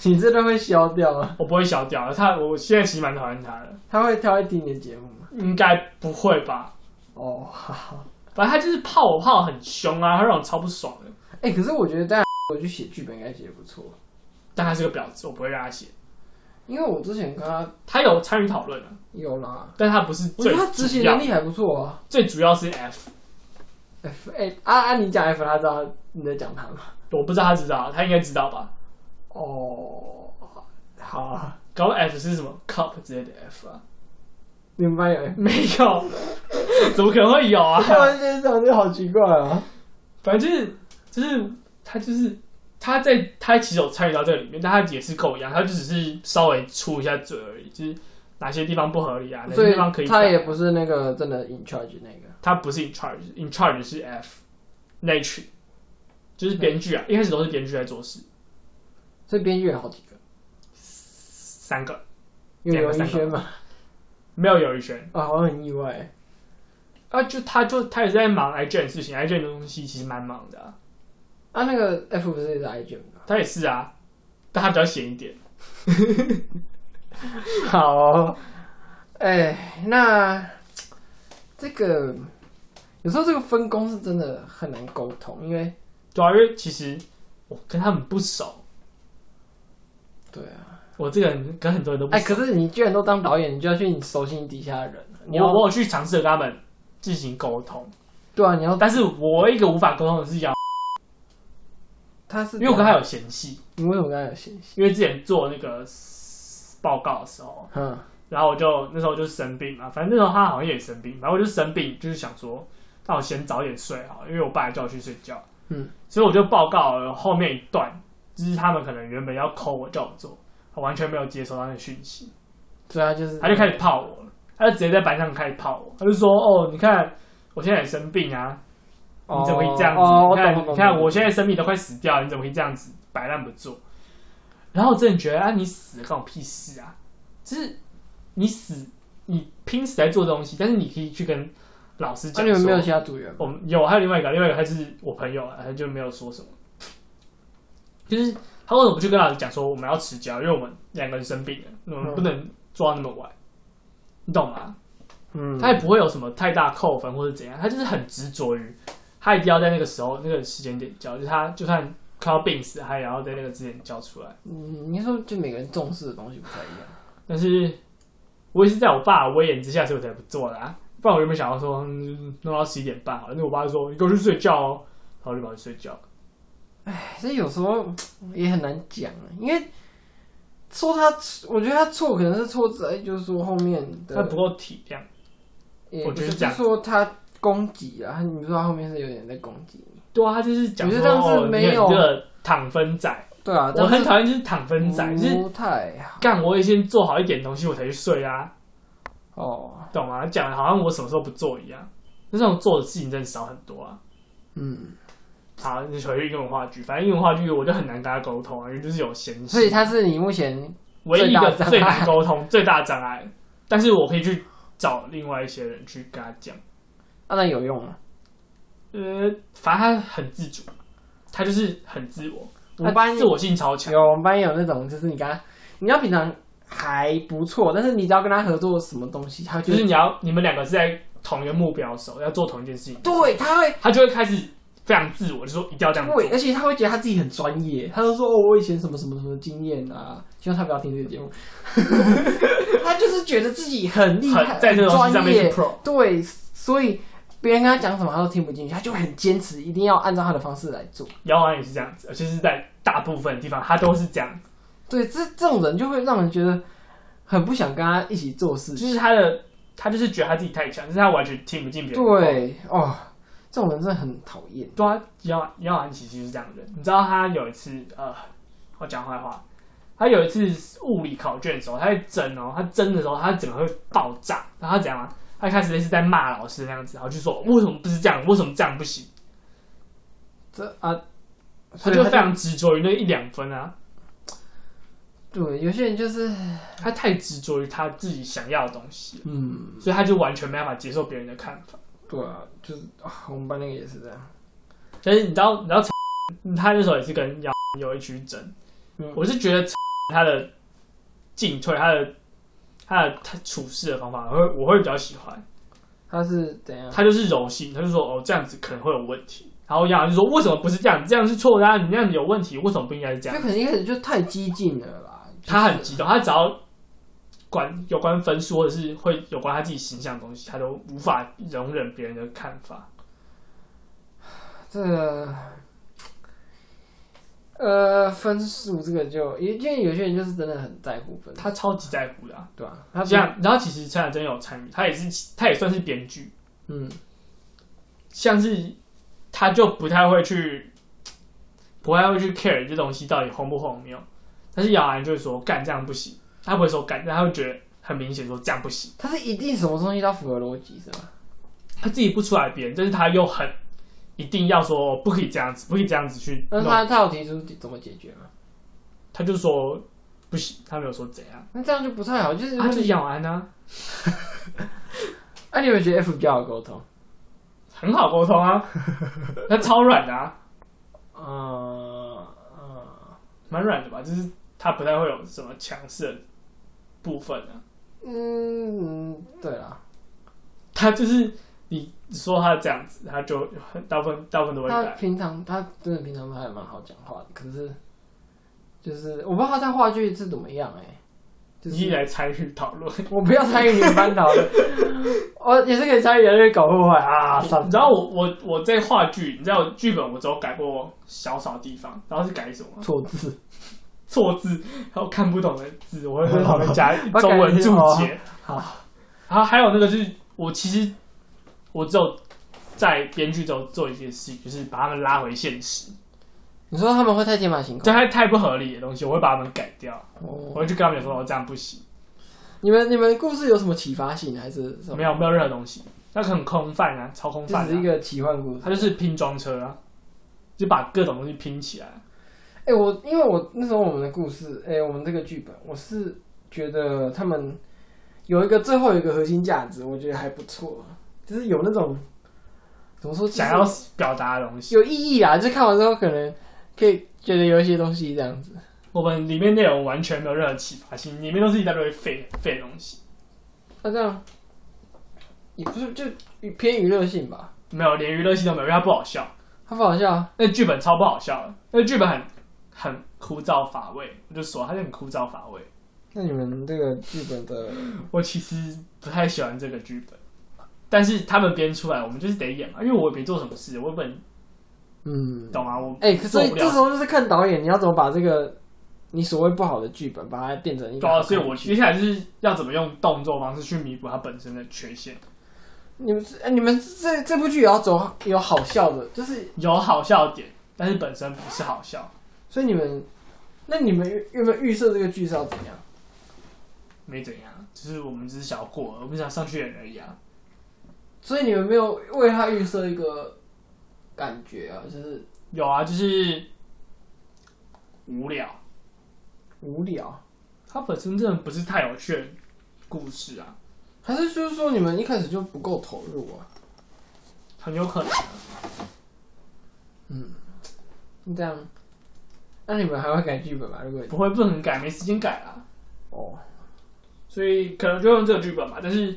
Speaker 1: 你这段会消掉啊？
Speaker 2: 我不会消掉他，我现在其实蛮讨厌他的，
Speaker 1: 他会他会听你的节目吗？
Speaker 2: 应该不会吧？
Speaker 1: 哦，好，
Speaker 2: 反正他就是泡我泡得很凶啊，他让我超不爽的。
Speaker 1: 哎、可是我觉得大家我去写剧本应该写得不错，
Speaker 2: 但他是个婊子，我不会让他写。
Speaker 1: 因为我之前跟他
Speaker 2: 他有参与讨论啊，
Speaker 1: 有啦，
Speaker 2: 但他不是
Speaker 1: 我觉
Speaker 2: 最
Speaker 1: 得他执
Speaker 2: 主
Speaker 1: 行能
Speaker 2: 要，
Speaker 1: 力还不错啊。
Speaker 2: 最主要是 F，
Speaker 1: F 哎、啊啊，你讲 F，他知道你在讲他吗？
Speaker 2: 我不知道他知道，他应该知道吧？
Speaker 1: 哦，好啊，
Speaker 2: 搞不好 F 是什么 cup 之类的 F 啊？
Speaker 1: 你们班有 F，
Speaker 2: 没有，怎么可能会有啊？
Speaker 1: 他们现在长得好奇怪啊。
Speaker 2: 反正就是就是他就是他在他其实有参与到这个里面，但他也是跟我一样，他就只是稍微出一下嘴而已，就是哪些地方不合理啊，哪
Speaker 1: 所
Speaker 2: 些
Speaker 1: 以
Speaker 2: 地方可以改啊。
Speaker 1: 他也不是那个真的 in charge 那个。
Speaker 2: 他不是 in charge，in charge 是 F 那一群，就是编剧啊，一开始都是编剧在做事，
Speaker 1: 所以编剧有好几个，
Speaker 2: 三个
Speaker 1: 有
Speaker 2: 两
Speaker 1: 有
Speaker 2: 个
Speaker 1: 一
Speaker 2: 三个
Speaker 1: 些嘛，
Speaker 2: 没有有一轩
Speaker 1: 啊，我很意外。
Speaker 2: 啊，就他就他也是在忙 IGN 的事情，IGN 的东西其实蛮忙的啊、
Speaker 1: 啊，那个 F 不是也是 I 卷吗？
Speaker 2: 他也是啊，但他比较闲一点。
Speaker 1: 好、哦，哎、那这个有时候这个分工是真的很难沟通，因为
Speaker 2: 对啊，因为其实我跟他们不熟，
Speaker 1: 对啊，
Speaker 2: 我这个人跟很多人都不
Speaker 1: 哎、
Speaker 2: 熟。
Speaker 1: 可是你居然都当导演，你就要去你熟悉你底下的人了，你要
Speaker 2: 我我有去尝试跟他们进行沟通，
Speaker 1: 对啊，你要
Speaker 2: 但是我一个无法沟通的是杨，
Speaker 1: 他是啊
Speaker 2: 因为我跟他有嫌隙，
Speaker 1: 你为什么跟他有嫌隙？
Speaker 2: 因为之前做那个报告的时候，
Speaker 1: 嗯，
Speaker 2: 然后我就那时候就生病嘛，反正那时候他好像也生病，然后我就生病，就是想说，那我先早点睡好了，因为我爸还叫我去睡觉，
Speaker 1: 嗯，
Speaker 2: 所以我就报告了后面一段，就是他们可能原本要扣我叫我做，我完全没有接收到那个讯息，
Speaker 1: 所以他啊就是
Speaker 2: 他就开始泡我了，他就直接在班上开始泡我，他就说：“哦，你看我现在也生病啊，
Speaker 1: 哦，
Speaker 2: 你怎么可以这样子？
Speaker 1: 哦，我
Speaker 2: 你看，
Speaker 1: 懂
Speaker 2: 你看，我
Speaker 1: 懂
Speaker 2: 现在生病都快死掉了，你怎么可以这样子摆烂不做？”然后我真的觉得啊，你死了关我屁事啊！就是你死，你拼死在做东西，但是你可以去跟老师
Speaker 1: 那、
Speaker 2: 讲
Speaker 1: 啊你们没有
Speaker 2: 说，
Speaker 1: 其他组员吗？
Speaker 2: 我们有还有另外一个，另外一个他是我朋友啊，他就没有说什么。就是他为什么不去跟老师讲说我们要迟交，因为我们两个人生病了，我们不能做到那么晚，你懂吗？
Speaker 1: 嗯，
Speaker 2: 他也不会有什么太大扣分或者怎样，他就是很执着于他一定要在那个时候那个时间点交，就是他就算快要病死，他也要在那个之前交出来。
Speaker 1: 嗯，你说就每个人重视的东西不太一样。
Speaker 2: 但是我也是在我爸的威严之下，所以我才不做的、啊。不然我原本想要说、嗯、弄到十一点半好了，那我爸就说你给我去睡觉哦，然后我就跑去睡觉。
Speaker 1: 所以有时候也很难讲，啊因为说他，我觉得他错可能是错在就是说后面
Speaker 2: 他
Speaker 1: 的，
Speaker 2: 不够体谅，
Speaker 1: 也
Speaker 2: 我
Speaker 1: 不
Speaker 2: 觉得
Speaker 1: 是
Speaker 2: 这样
Speaker 1: 说他攻击啊，你说他后面是有点在攻击你，
Speaker 2: 对啊，他就是讲
Speaker 1: 我
Speaker 2: 说
Speaker 1: 觉得这样是
Speaker 2: 哦，
Speaker 1: 没有
Speaker 2: 你很热躺分仔，
Speaker 1: 对啊，
Speaker 2: 我很
Speaker 1: 但哦
Speaker 2: 讨厌就是躺分仔，就是是
Speaker 1: 不太好
Speaker 2: 干我也先做好一点东西我才去睡啊。
Speaker 1: 哦，
Speaker 2: 懂吗？讲的好像我什么时候不做一样，那这种做的事情真的少很多啊。
Speaker 1: 嗯，
Speaker 2: 好，你回去英文话剧，反正英文话剧我就很难跟他沟通啊，因为就是有嫌
Speaker 1: 所以
Speaker 2: 隙，
Speaker 1: 他是你目前
Speaker 2: 唯一一个
Speaker 1: 最大障碍
Speaker 2: 最难沟通、最大障碍。但是我可以去找另外一些人去跟他讲，
Speaker 1: 当然啊有用了，
Speaker 2: 呃，反正他很自主，他就是很自我，
Speaker 1: 我们班
Speaker 2: 他自我性超强。
Speaker 1: 有我们班有那种就是你跟他，你要平常还不错，但是你只要跟他合作什么东西，他就
Speaker 2: 就是你要你们两个是在同一个目标的时候要做同一件事情，
Speaker 1: 对他会。
Speaker 2: 他就会开始非常自我，就说一定要这样做
Speaker 1: 对，。而且他会觉得他自己很专业，他就说：“哦，我以前什么什么什么经验啊。”希望他不要听这个节目。 他就是觉得自己很厉害，
Speaker 2: 很在这个东西上
Speaker 1: 专
Speaker 2: 面
Speaker 1: 业
Speaker 2: 是，pro，
Speaker 1: 对，所以别人跟他讲什么，他都听不进去，他就很坚持，一定要按照他的方式来做。
Speaker 2: 摇篮也是这样子，而且是在大部分地方他都是这样，
Speaker 1: 对，这这种人就会让人觉得很不想跟他一起做事
Speaker 2: 就
Speaker 1: 情。
Speaker 2: 是他的他就是觉得他自己太强，就是他完全听不进别人。，
Speaker 1: 对，哦，这种人真的很讨厌。
Speaker 2: 对啊，摇摇篮其实就是这样的人。你知道他有一次呃，我讲坏话，他有一次物理考卷的时候，他在争哦，他争的时候他整个会爆炸，然后他怎样啊？他一开始类似在骂老师那样子，然后就说为什么不是这样，为什么这样不行？
Speaker 1: 这啊，
Speaker 2: 他
Speaker 1: 所以
Speaker 2: 就非常执着于那一两分啊，
Speaker 1: 对，有些人就是
Speaker 2: 他太执着于他自己想要的东西了，
Speaker 1: 嗯，
Speaker 2: 所以他就完全没办法接受别人的看法。
Speaker 1: 对啊，就是、啊、我们班那个也是这样。
Speaker 2: 但是你知道，你知道，他那时候也是跟姚有一起去争
Speaker 1: 嗯。
Speaker 2: 我是觉得他的进退，他的他的他处事的方法，我会我会比较喜欢。
Speaker 1: 他是怎样？
Speaker 2: 他就是柔性，他就说哦这样子可能会有问题，然后亚就说为什么不是这样？这样是错的啊！你那样子有问题，为什么不应该是这
Speaker 1: 就
Speaker 2: 样？
Speaker 1: 可能一开始就太激进了啦。就是
Speaker 2: 他很激动，他只要管有关分数或者是会有关他自己形象的东西，他都无法容忍别人的看法。
Speaker 1: 这个呃分数这个就，因为因为有些人就是真的很在乎分，
Speaker 2: 他超级在乎的、啊。
Speaker 1: 对吧、
Speaker 2: 他
Speaker 1: 呃他
Speaker 2: 这样，然后其实陈雅真有参与，他也是他也算是编剧，
Speaker 1: 不，嗯，
Speaker 2: 像是他就不太会去，不太会去 care 这东西到底荒不荒谬。但是姚兰就会说干这样不行，他不会说干，但他会觉得很明显说这样不行。
Speaker 1: 他是一定什么东西都要符合逻辑是吧？
Speaker 2: 他自己不出来编，但是他又很一定要说不可以这样子，不可以这样子去
Speaker 1: 那
Speaker 2: 弄。
Speaker 1: 他他有提出怎么解决吗？
Speaker 2: 他就说不行，他没有说怎样。
Speaker 1: 那这样就不太好，就是
Speaker 2: 他就是姚兰啊，
Speaker 1: 哎、你有没有觉得 F 比较好沟通？
Speaker 2: 很好沟 通啊，他超软的啊，
Speaker 1: 嗯嗯
Speaker 2: 蛮软的吧，就是他不太会有什么强势的部分啊。
Speaker 1: 嗯，对啦，
Speaker 2: 他就是你说他这样子，他就很大部分大部分都会
Speaker 1: 他
Speaker 2: 改。
Speaker 1: 平常他真的平常他还蛮好讲话的，可是就是我不知道他在话剧是怎么样哎、就
Speaker 2: 你
Speaker 1: 是
Speaker 2: 一来参与讨论，
Speaker 1: 我不要参与你们班讨论，我也是可以参与，人类搞破坏啊！算
Speaker 2: 你
Speaker 1: 了
Speaker 2: 知道我我我在话剧，你知道剧本我只有改过小少地方，然后是改什么
Speaker 1: 错字，
Speaker 2: 错字，还有看不懂的字，我会在旁边加中文注解。
Speaker 1: 好
Speaker 2: 然啊后还有那个就是我其实我只有在编剧之后做一件事情，就是把他们拉回现实，
Speaker 1: 你说他们会太天马行空
Speaker 2: 这太太不合理的东西，我会把他们改掉。我
Speaker 1: 哦？
Speaker 2: 会去跟他们说哦这样不行。
Speaker 1: 你们你们故事有什么启发性还是什么？
Speaker 2: 没有没有任何东西，那很空泛啊，超空
Speaker 1: 哦这
Speaker 2: 泛、
Speaker 1: 只是一
Speaker 2: 啊。
Speaker 1: 个奇幻故事。
Speaker 2: 它就是拼装车啊，就把各种东西拼起来。
Speaker 1: 哎、我因为我那时候我们的故事，哎、我们这个剧本，我是觉得他们有一个最后有一个核心价值，我觉得还不错，就是有那种怎么说，就是
Speaker 2: 想要表达的东西，
Speaker 1: 有意义啊，就看完之后可能可以觉得有一些东西这样子。
Speaker 2: 我们里面内容完全没有任何启发性，里面都是一大堆废废的东西，
Speaker 1: 那这样也不是就偏娱乐性吧？
Speaker 2: 没有连娱乐性都没有，因为它不好笑。
Speaker 1: 它不好笑啊，
Speaker 2: 那剧本超不好笑的，那剧本很很枯燥乏味，我就说它就很枯燥乏味。
Speaker 1: 那你们这个剧本的，
Speaker 2: 我其实不太喜欢这个剧本，但是他们编出来，我们就是得演嘛，因为我也没做什么事，我也不能
Speaker 1: 嗯，
Speaker 2: 懂啊，我
Speaker 1: 哎、可
Speaker 2: 做
Speaker 1: 是
Speaker 2: 不了
Speaker 1: 这时候就是看导演你要怎么把这个你所谓不好的剧本，把它变成一个
Speaker 2: 对
Speaker 1: 好
Speaker 2: 啊，
Speaker 1: 看的剧
Speaker 2: 所
Speaker 1: 本。
Speaker 2: 以我接下来就是要怎么用动作方式去弥补它本身的缺陷，
Speaker 1: 你们哎你们这这部剧也要走有好笑的，就是
Speaker 2: 有好笑点，但是本身不是好笑，
Speaker 1: 所以你们，那你们有有没有预设这个剧是要怎样？
Speaker 2: 没怎样，就是我们只是想要过，我们想上去演而已啊。
Speaker 1: 所以你们没有为它预设一个感觉啊，就是
Speaker 2: 有啊，就是无聊，
Speaker 1: 无聊，
Speaker 2: 它本身真的不是太有趣的故事啊，
Speaker 1: 还是就是说你们一开始就不够投入啊？
Speaker 2: 很有可能啊
Speaker 1: 这样，那你们还会改剧本吗？如果
Speaker 2: 不会不能改，没时间改啊，
Speaker 1: 哦，
Speaker 2: 所以可能就用这个剧本吧，但是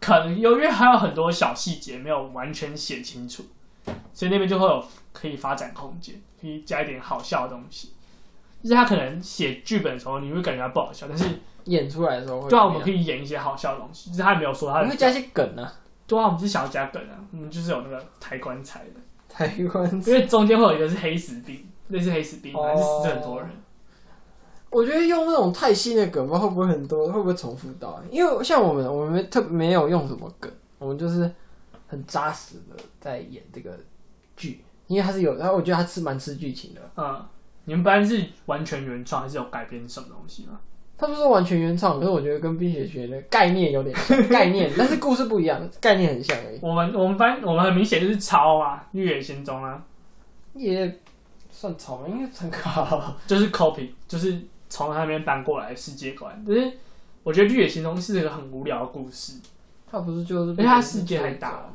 Speaker 2: 可能由于还有很多小细节没有完全写清楚，所以那边就会有可以发展空间，可以加一点好笑的东西。就是他可能写剧本的时候，你会感觉他不好笑，但是
Speaker 1: 演出来的时候会
Speaker 2: 对啊，
Speaker 1: 怎
Speaker 2: 我
Speaker 1: 么
Speaker 2: 们
Speaker 1: 样
Speaker 2: 可以演一些好笑的东西。就是他也没有说他
Speaker 1: 你会加一些梗啊，
Speaker 2: 对啊，我们是想要加梗啊，我们就是有那个抬棺材的，
Speaker 1: 台湾。
Speaker 2: 因为中间会有一个是黑死病，类似黑死病，
Speaker 1: 哦
Speaker 2: 反正就死很多人。
Speaker 1: 我觉得用那种太新的梗，不知道会不会很多，会不会重复到？因为像我们，我们特没有用什么梗，我们就是很扎实的在演这个剧，因为它是有，然后我觉得它是蛮吃剧情的。
Speaker 2: 嗯，你们班是完全原创还是有改编什么东西吗？
Speaker 1: 它不是完全原创，可是我觉得跟冰雪学的概念有点像，概念，但是故事不一样，概念很像而已。
Speaker 2: 我们我们班我们很明显就是抄啊，《绿野仙踪》啊，
Speaker 1: 也算草莓，应该参考。
Speaker 2: 就是 copy，就是从他那边搬过来的世界观。但是我觉得《绿野仙踪》是一个很无聊的故事，
Speaker 1: 它不是就是，
Speaker 2: 而且它世界还大，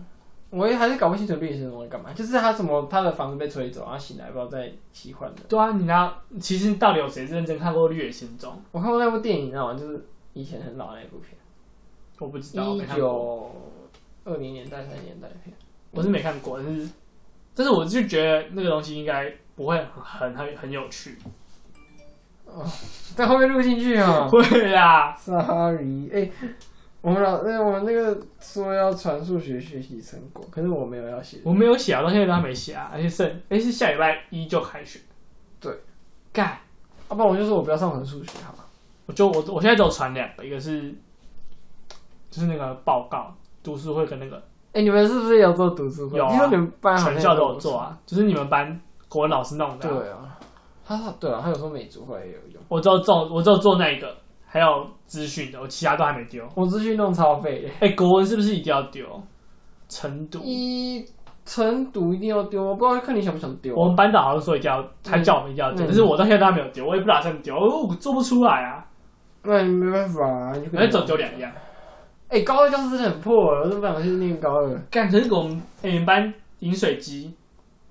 Speaker 1: 我也还是搞不清楚律师是我干嘛，就是他什么他的房子被吹走，然后醒来不知道在奇幻的。
Speaker 2: 对啊，你拿其实到底有谁认真看过《绿野仙踪》？
Speaker 1: 我看过那部电影，你知道吗？就是以前很老的那部片，
Speaker 2: 我不知道，我没
Speaker 1: 一
Speaker 2: 看过，
Speaker 1: 九二零年代、三零年代的片。
Speaker 2: 我是没看过，但是但是我就觉得那个东西应该不会很很很有趣。
Speaker 1: 但后面录进去啊、
Speaker 2: 会啊，
Speaker 1: Sorry，哎、我们老那我们那个说要传数学学习成果，可是我没有要写。
Speaker 2: 我没有写啊，到现在都还没写啊，而且剩哎是下礼拜一就开学。
Speaker 1: 对，
Speaker 2: 干，
Speaker 1: 要、啊不然我就说我不要上传数学好了。
Speaker 2: 我就我我现在只有传两个，一个是就是那个报告读书会跟那个
Speaker 1: 哎、你们是不是也有做读书会？
Speaker 2: 有啊
Speaker 1: 听说你们班好像
Speaker 2: 全校都有做。啊，就是你们班国文老师弄的啊、
Speaker 1: 对啊，他对啊，他有时候美术会也有用。
Speaker 2: 我只有做我只有做那一个，还有资讯的，我其他都还没丢。
Speaker 1: 我资讯弄超废的，
Speaker 2: 哎、国文是不是一定要丢？晨读，
Speaker 1: 一晨读一定要丢，我不知道看你想不想丢。
Speaker 2: 我们班导好像说一定要，他叫我们一定要丢，
Speaker 1: 嗯
Speaker 2: 但是我到现在都还没有丢，我也不打算丢，我做不出来啊，
Speaker 1: 那你没办法、啊，你就
Speaker 2: 我就走丢两样。
Speaker 1: 哎、高二教室真的很破，我都不想去念高二。
Speaker 2: 干，可是我们、哎你们班饮水机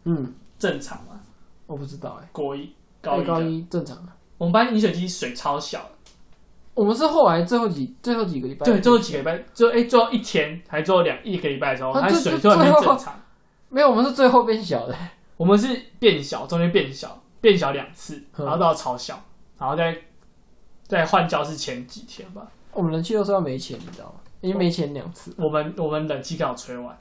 Speaker 1: 嗯，
Speaker 2: 正常吗？
Speaker 1: 我不知道哎、
Speaker 2: 国一高一
Speaker 1: 高
Speaker 2: 的，
Speaker 1: 一正常啊。
Speaker 2: 我们班饮水机水超小的，
Speaker 1: 我们是后来最后几最后几个礼拜，
Speaker 2: 对，最后几个礼拜，最后哎、最后一天还最后两一个礼拜的时候，
Speaker 1: 啊
Speaker 2: 它
Speaker 1: 这
Speaker 2: 水
Speaker 1: 这
Speaker 2: 突然变
Speaker 1: 最后
Speaker 2: 正常。
Speaker 1: 没有，我们是最后变小的。
Speaker 2: 我们是变小，中间变小，变小两次，
Speaker 1: 嗯
Speaker 2: 然后到超小，然后再再换教室前几天吧。
Speaker 1: 我们冷气都说要没钱，你知道吗？因为没钱两次，
Speaker 2: 我们我们冷气刚好吹完，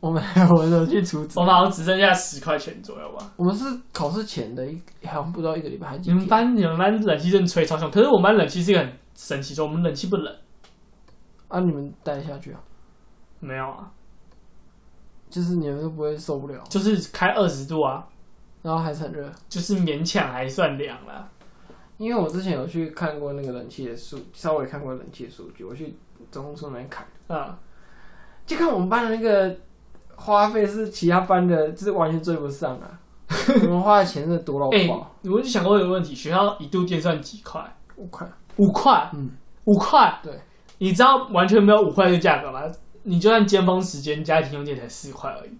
Speaker 1: 我们 我们有去储值
Speaker 2: 我。们好像只剩下十块钱左右吧。
Speaker 1: 我们是考试前的一，好像不到一个礼拜还几
Speaker 2: 你们
Speaker 1: 天。
Speaker 2: 班你们班冷气真的吹超凶，可是我们班冷气是一个很神奇，说我们冷气不冷，
Speaker 1: 啊，你们待下去啊，
Speaker 2: 没有啊，
Speaker 1: 就是你们都不会受不了，
Speaker 2: 就是开二十度啊，
Speaker 1: 然后还是很热。
Speaker 2: 就是勉强还算凉了。
Speaker 1: 因为我之前有去看过那个冷气的数，稍微看过冷气的数据，我去总务处那边看，
Speaker 2: 嗯，
Speaker 1: 就看我们班的那个花费是其他班的，就是完全追不上啊。 我们花的钱是多到
Speaker 2: 哎、
Speaker 1: 爆，
Speaker 2: 我就想过一个问题，学校一度电算几块？
Speaker 1: 我看
Speaker 2: 五块，
Speaker 1: 嗯，
Speaker 2: 五块，
Speaker 1: 对，
Speaker 2: 你知道完全没有五块这个价格吗？你就算尖峰时间家庭用电才四块而已，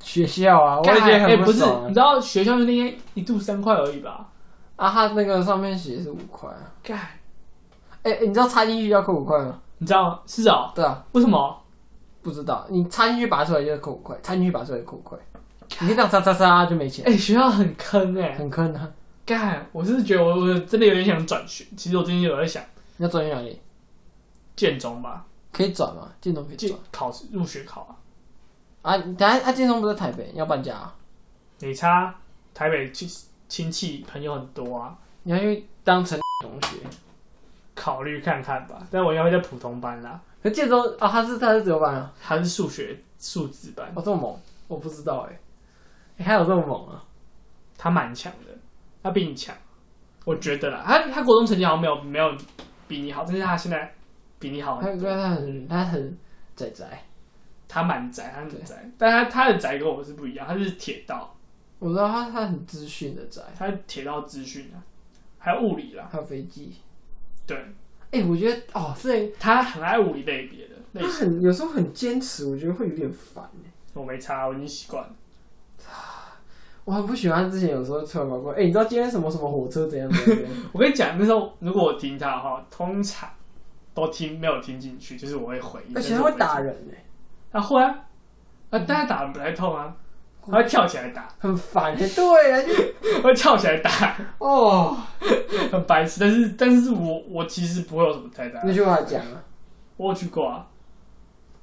Speaker 1: 学校啊，我也觉得
Speaker 2: 哎、
Speaker 1: 很
Speaker 2: 不是
Speaker 1: 爽，啊
Speaker 2: 你知道学校那天一度三块而已吧？
Speaker 1: 啊，他那个上面写是五块啊，
Speaker 2: 干，
Speaker 1: 哎、哎你知道插进去要扣五块吗？
Speaker 2: 你知道吗？是哦，
Speaker 1: 对啊，
Speaker 2: 为什么？
Speaker 1: 不知道，你插进去拔出来就是扣五块，插进去拔出来就扣五块，你就这样插插插就没钱，
Speaker 2: 哎、学校很坑哎、
Speaker 1: 很坑啊！
Speaker 2: 干，我是觉得我我真的有点想转学，其实我最近有在想
Speaker 1: 你要转去哪里？
Speaker 2: 建中吧，
Speaker 1: 可以转吗？建中可以
Speaker 2: 建
Speaker 1: 转
Speaker 2: 考试入学考啊，
Speaker 1: 啊？等下啊，建中不在台北，你要搬家、啊，
Speaker 2: 你差台北亲亲戚朋友很多啊，
Speaker 1: 你要去当成同学。
Speaker 2: 考虑看看吧。但我应该会在普通班啦，
Speaker 1: 可建中啊，他是他是自由班啊，
Speaker 2: 还是数学数字班。
Speaker 1: 哦这么猛，我不知道哎、你还有这么猛啊？
Speaker 2: 他蛮强的，他比你强，我觉得啦。他他国中成绩好像没有没有比你好，但是他现在比你好
Speaker 1: 他
Speaker 2: 很多。
Speaker 1: 他很他很宅宅，
Speaker 2: 他蛮宅，他很宅，但他他的宅跟我是不一样，他是铁道，
Speaker 1: 我知道他他很资讯的宅，
Speaker 2: 他是铁道资讯啊，还有物理啦。
Speaker 1: 还有飞机。
Speaker 2: 对
Speaker 1: 哎、我觉得哦，这
Speaker 2: 他很爱物理类别的类
Speaker 1: 他
Speaker 2: 型，
Speaker 1: 很有时候很坚持，我觉得会有点烦欸
Speaker 2: 我没差，我已经习惯了。
Speaker 1: 我很不喜欢他之前有时候突然跑过来，哎、你知道今天什么什么火车怎样怎样？
Speaker 2: 我跟你讲，那时候如果我听他的话，通常都听没有听进去，就是我会回应，
Speaker 1: 而且他
Speaker 2: 但是我
Speaker 1: 会打人哎、
Speaker 2: 听，他会啊，啊，但他打人不太痛啊，他会跳起来打，
Speaker 1: 很烦哎、对啊，就
Speaker 2: 会跳起来打，
Speaker 1: 哦，
Speaker 2: 很白痴，但是但是我我其实不会有什么太大
Speaker 1: 那，就跟他讲啊，
Speaker 2: 我有去过啊，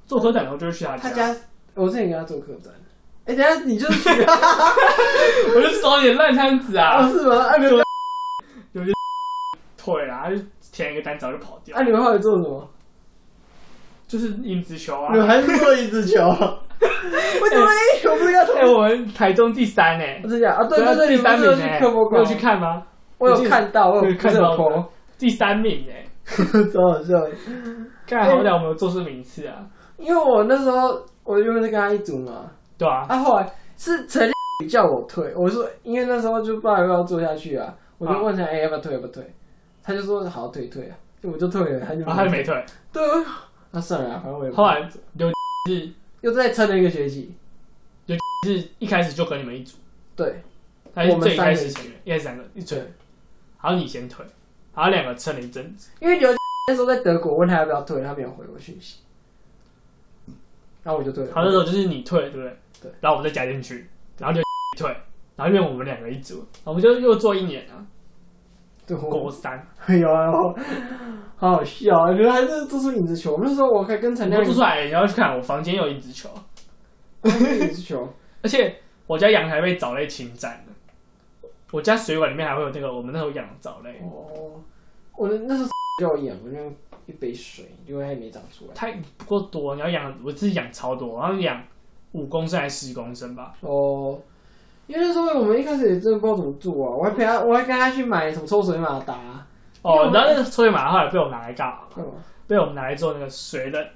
Speaker 2: 做科展我就会去他
Speaker 1: 他
Speaker 2: 家，
Speaker 1: 家我之前跟他做客栈，哎、等一下你就是 去
Speaker 2: 我就手点烂摊子
Speaker 1: 啊
Speaker 2: 啊，
Speaker 1: 是吗？啊你们
Speaker 2: 退啦，啊就填一个单子然后就跑掉
Speaker 1: 啊，你们后来做什么？
Speaker 2: 就是硬直球啊
Speaker 1: 你，们还是做一只啊球？ 我怎么一球不是要投
Speaker 2: 哎，？我们台中第三哎
Speaker 1: 我，是讲啊， 对对
Speaker 2: 啊
Speaker 1: 对，
Speaker 2: 第
Speaker 1: 你们
Speaker 2: 三
Speaker 1: 是有
Speaker 2: 名
Speaker 1: 去
Speaker 2: 哎，
Speaker 1: 科博
Speaker 2: 你
Speaker 1: 馆
Speaker 2: 有
Speaker 1: 吗？
Speaker 2: 去看吗？
Speaker 1: 我
Speaker 2: 我记
Speaker 1: 有
Speaker 2: 得
Speaker 1: 看到，我有
Speaker 2: 看
Speaker 1: 我
Speaker 2: 到
Speaker 1: 有 po
Speaker 2: 第三名哎，
Speaker 1: 超好笑的。
Speaker 2: 看好歹我们有做出名次啊，
Speaker 1: 因为我那时候我原本是跟他一组嘛，
Speaker 2: 对啊，
Speaker 1: 啊，后来是陈立叫我退，我说因为那时候就不知道要不要做下去啊，我就问他，哎、要不要退，要不要退？他就说好退退啊，
Speaker 2: 啊
Speaker 1: 我就退了，他就
Speaker 2: 然后他就没退，
Speaker 1: 啊 对，那算了啊，反正我也不
Speaker 2: 后来刘是
Speaker 1: 又再撑了一个学期。
Speaker 2: 是一开始就跟你们一组，
Speaker 1: 对，
Speaker 2: 他是
Speaker 1: 我们
Speaker 2: 最一
Speaker 1: 三个
Speaker 2: 开始成员，一开始三个一组
Speaker 1: 对，
Speaker 2: 然后你先退，然后两个撑了一阵子，
Speaker 1: 因为刘 那时候在德国，问他要不要退，他没有回我讯息，然后我就退了。
Speaker 2: 然后那时候就是你退，对不对？
Speaker 1: 对，
Speaker 2: 然后我们再加进去，然后就 退，然后因为我们两个一组，我们就又做一年啊，
Speaker 1: 对，我
Speaker 2: 过三，
Speaker 1: 哎呦，好好笑啊！原来这这是影子球，我们那时候我还跟
Speaker 2: 我
Speaker 1: 陈亮
Speaker 2: 们做出来，你要去看，我房间有一只球，
Speaker 1: 影子 球，
Speaker 2: 而且我家阳台被藻类侵占了，我家水管里面还会有那个我们那时候养的藻类，
Speaker 1: 哦，我的那时候 叫我演，我就用一杯水，因为它也没长出来。
Speaker 2: 它不够多，你要养，我自己养超多，然后养五公升还是十公升吧。
Speaker 1: 哦，因为那时候我们一开始也真的不知道怎么做啊，我还陪他，我还跟他去买什么抽水马达、嗯
Speaker 2: 哦，然后那个抽水马后来被我们拿来干嘛？
Speaker 1: 干嘛？
Speaker 2: 被我们拿来做那个水冷，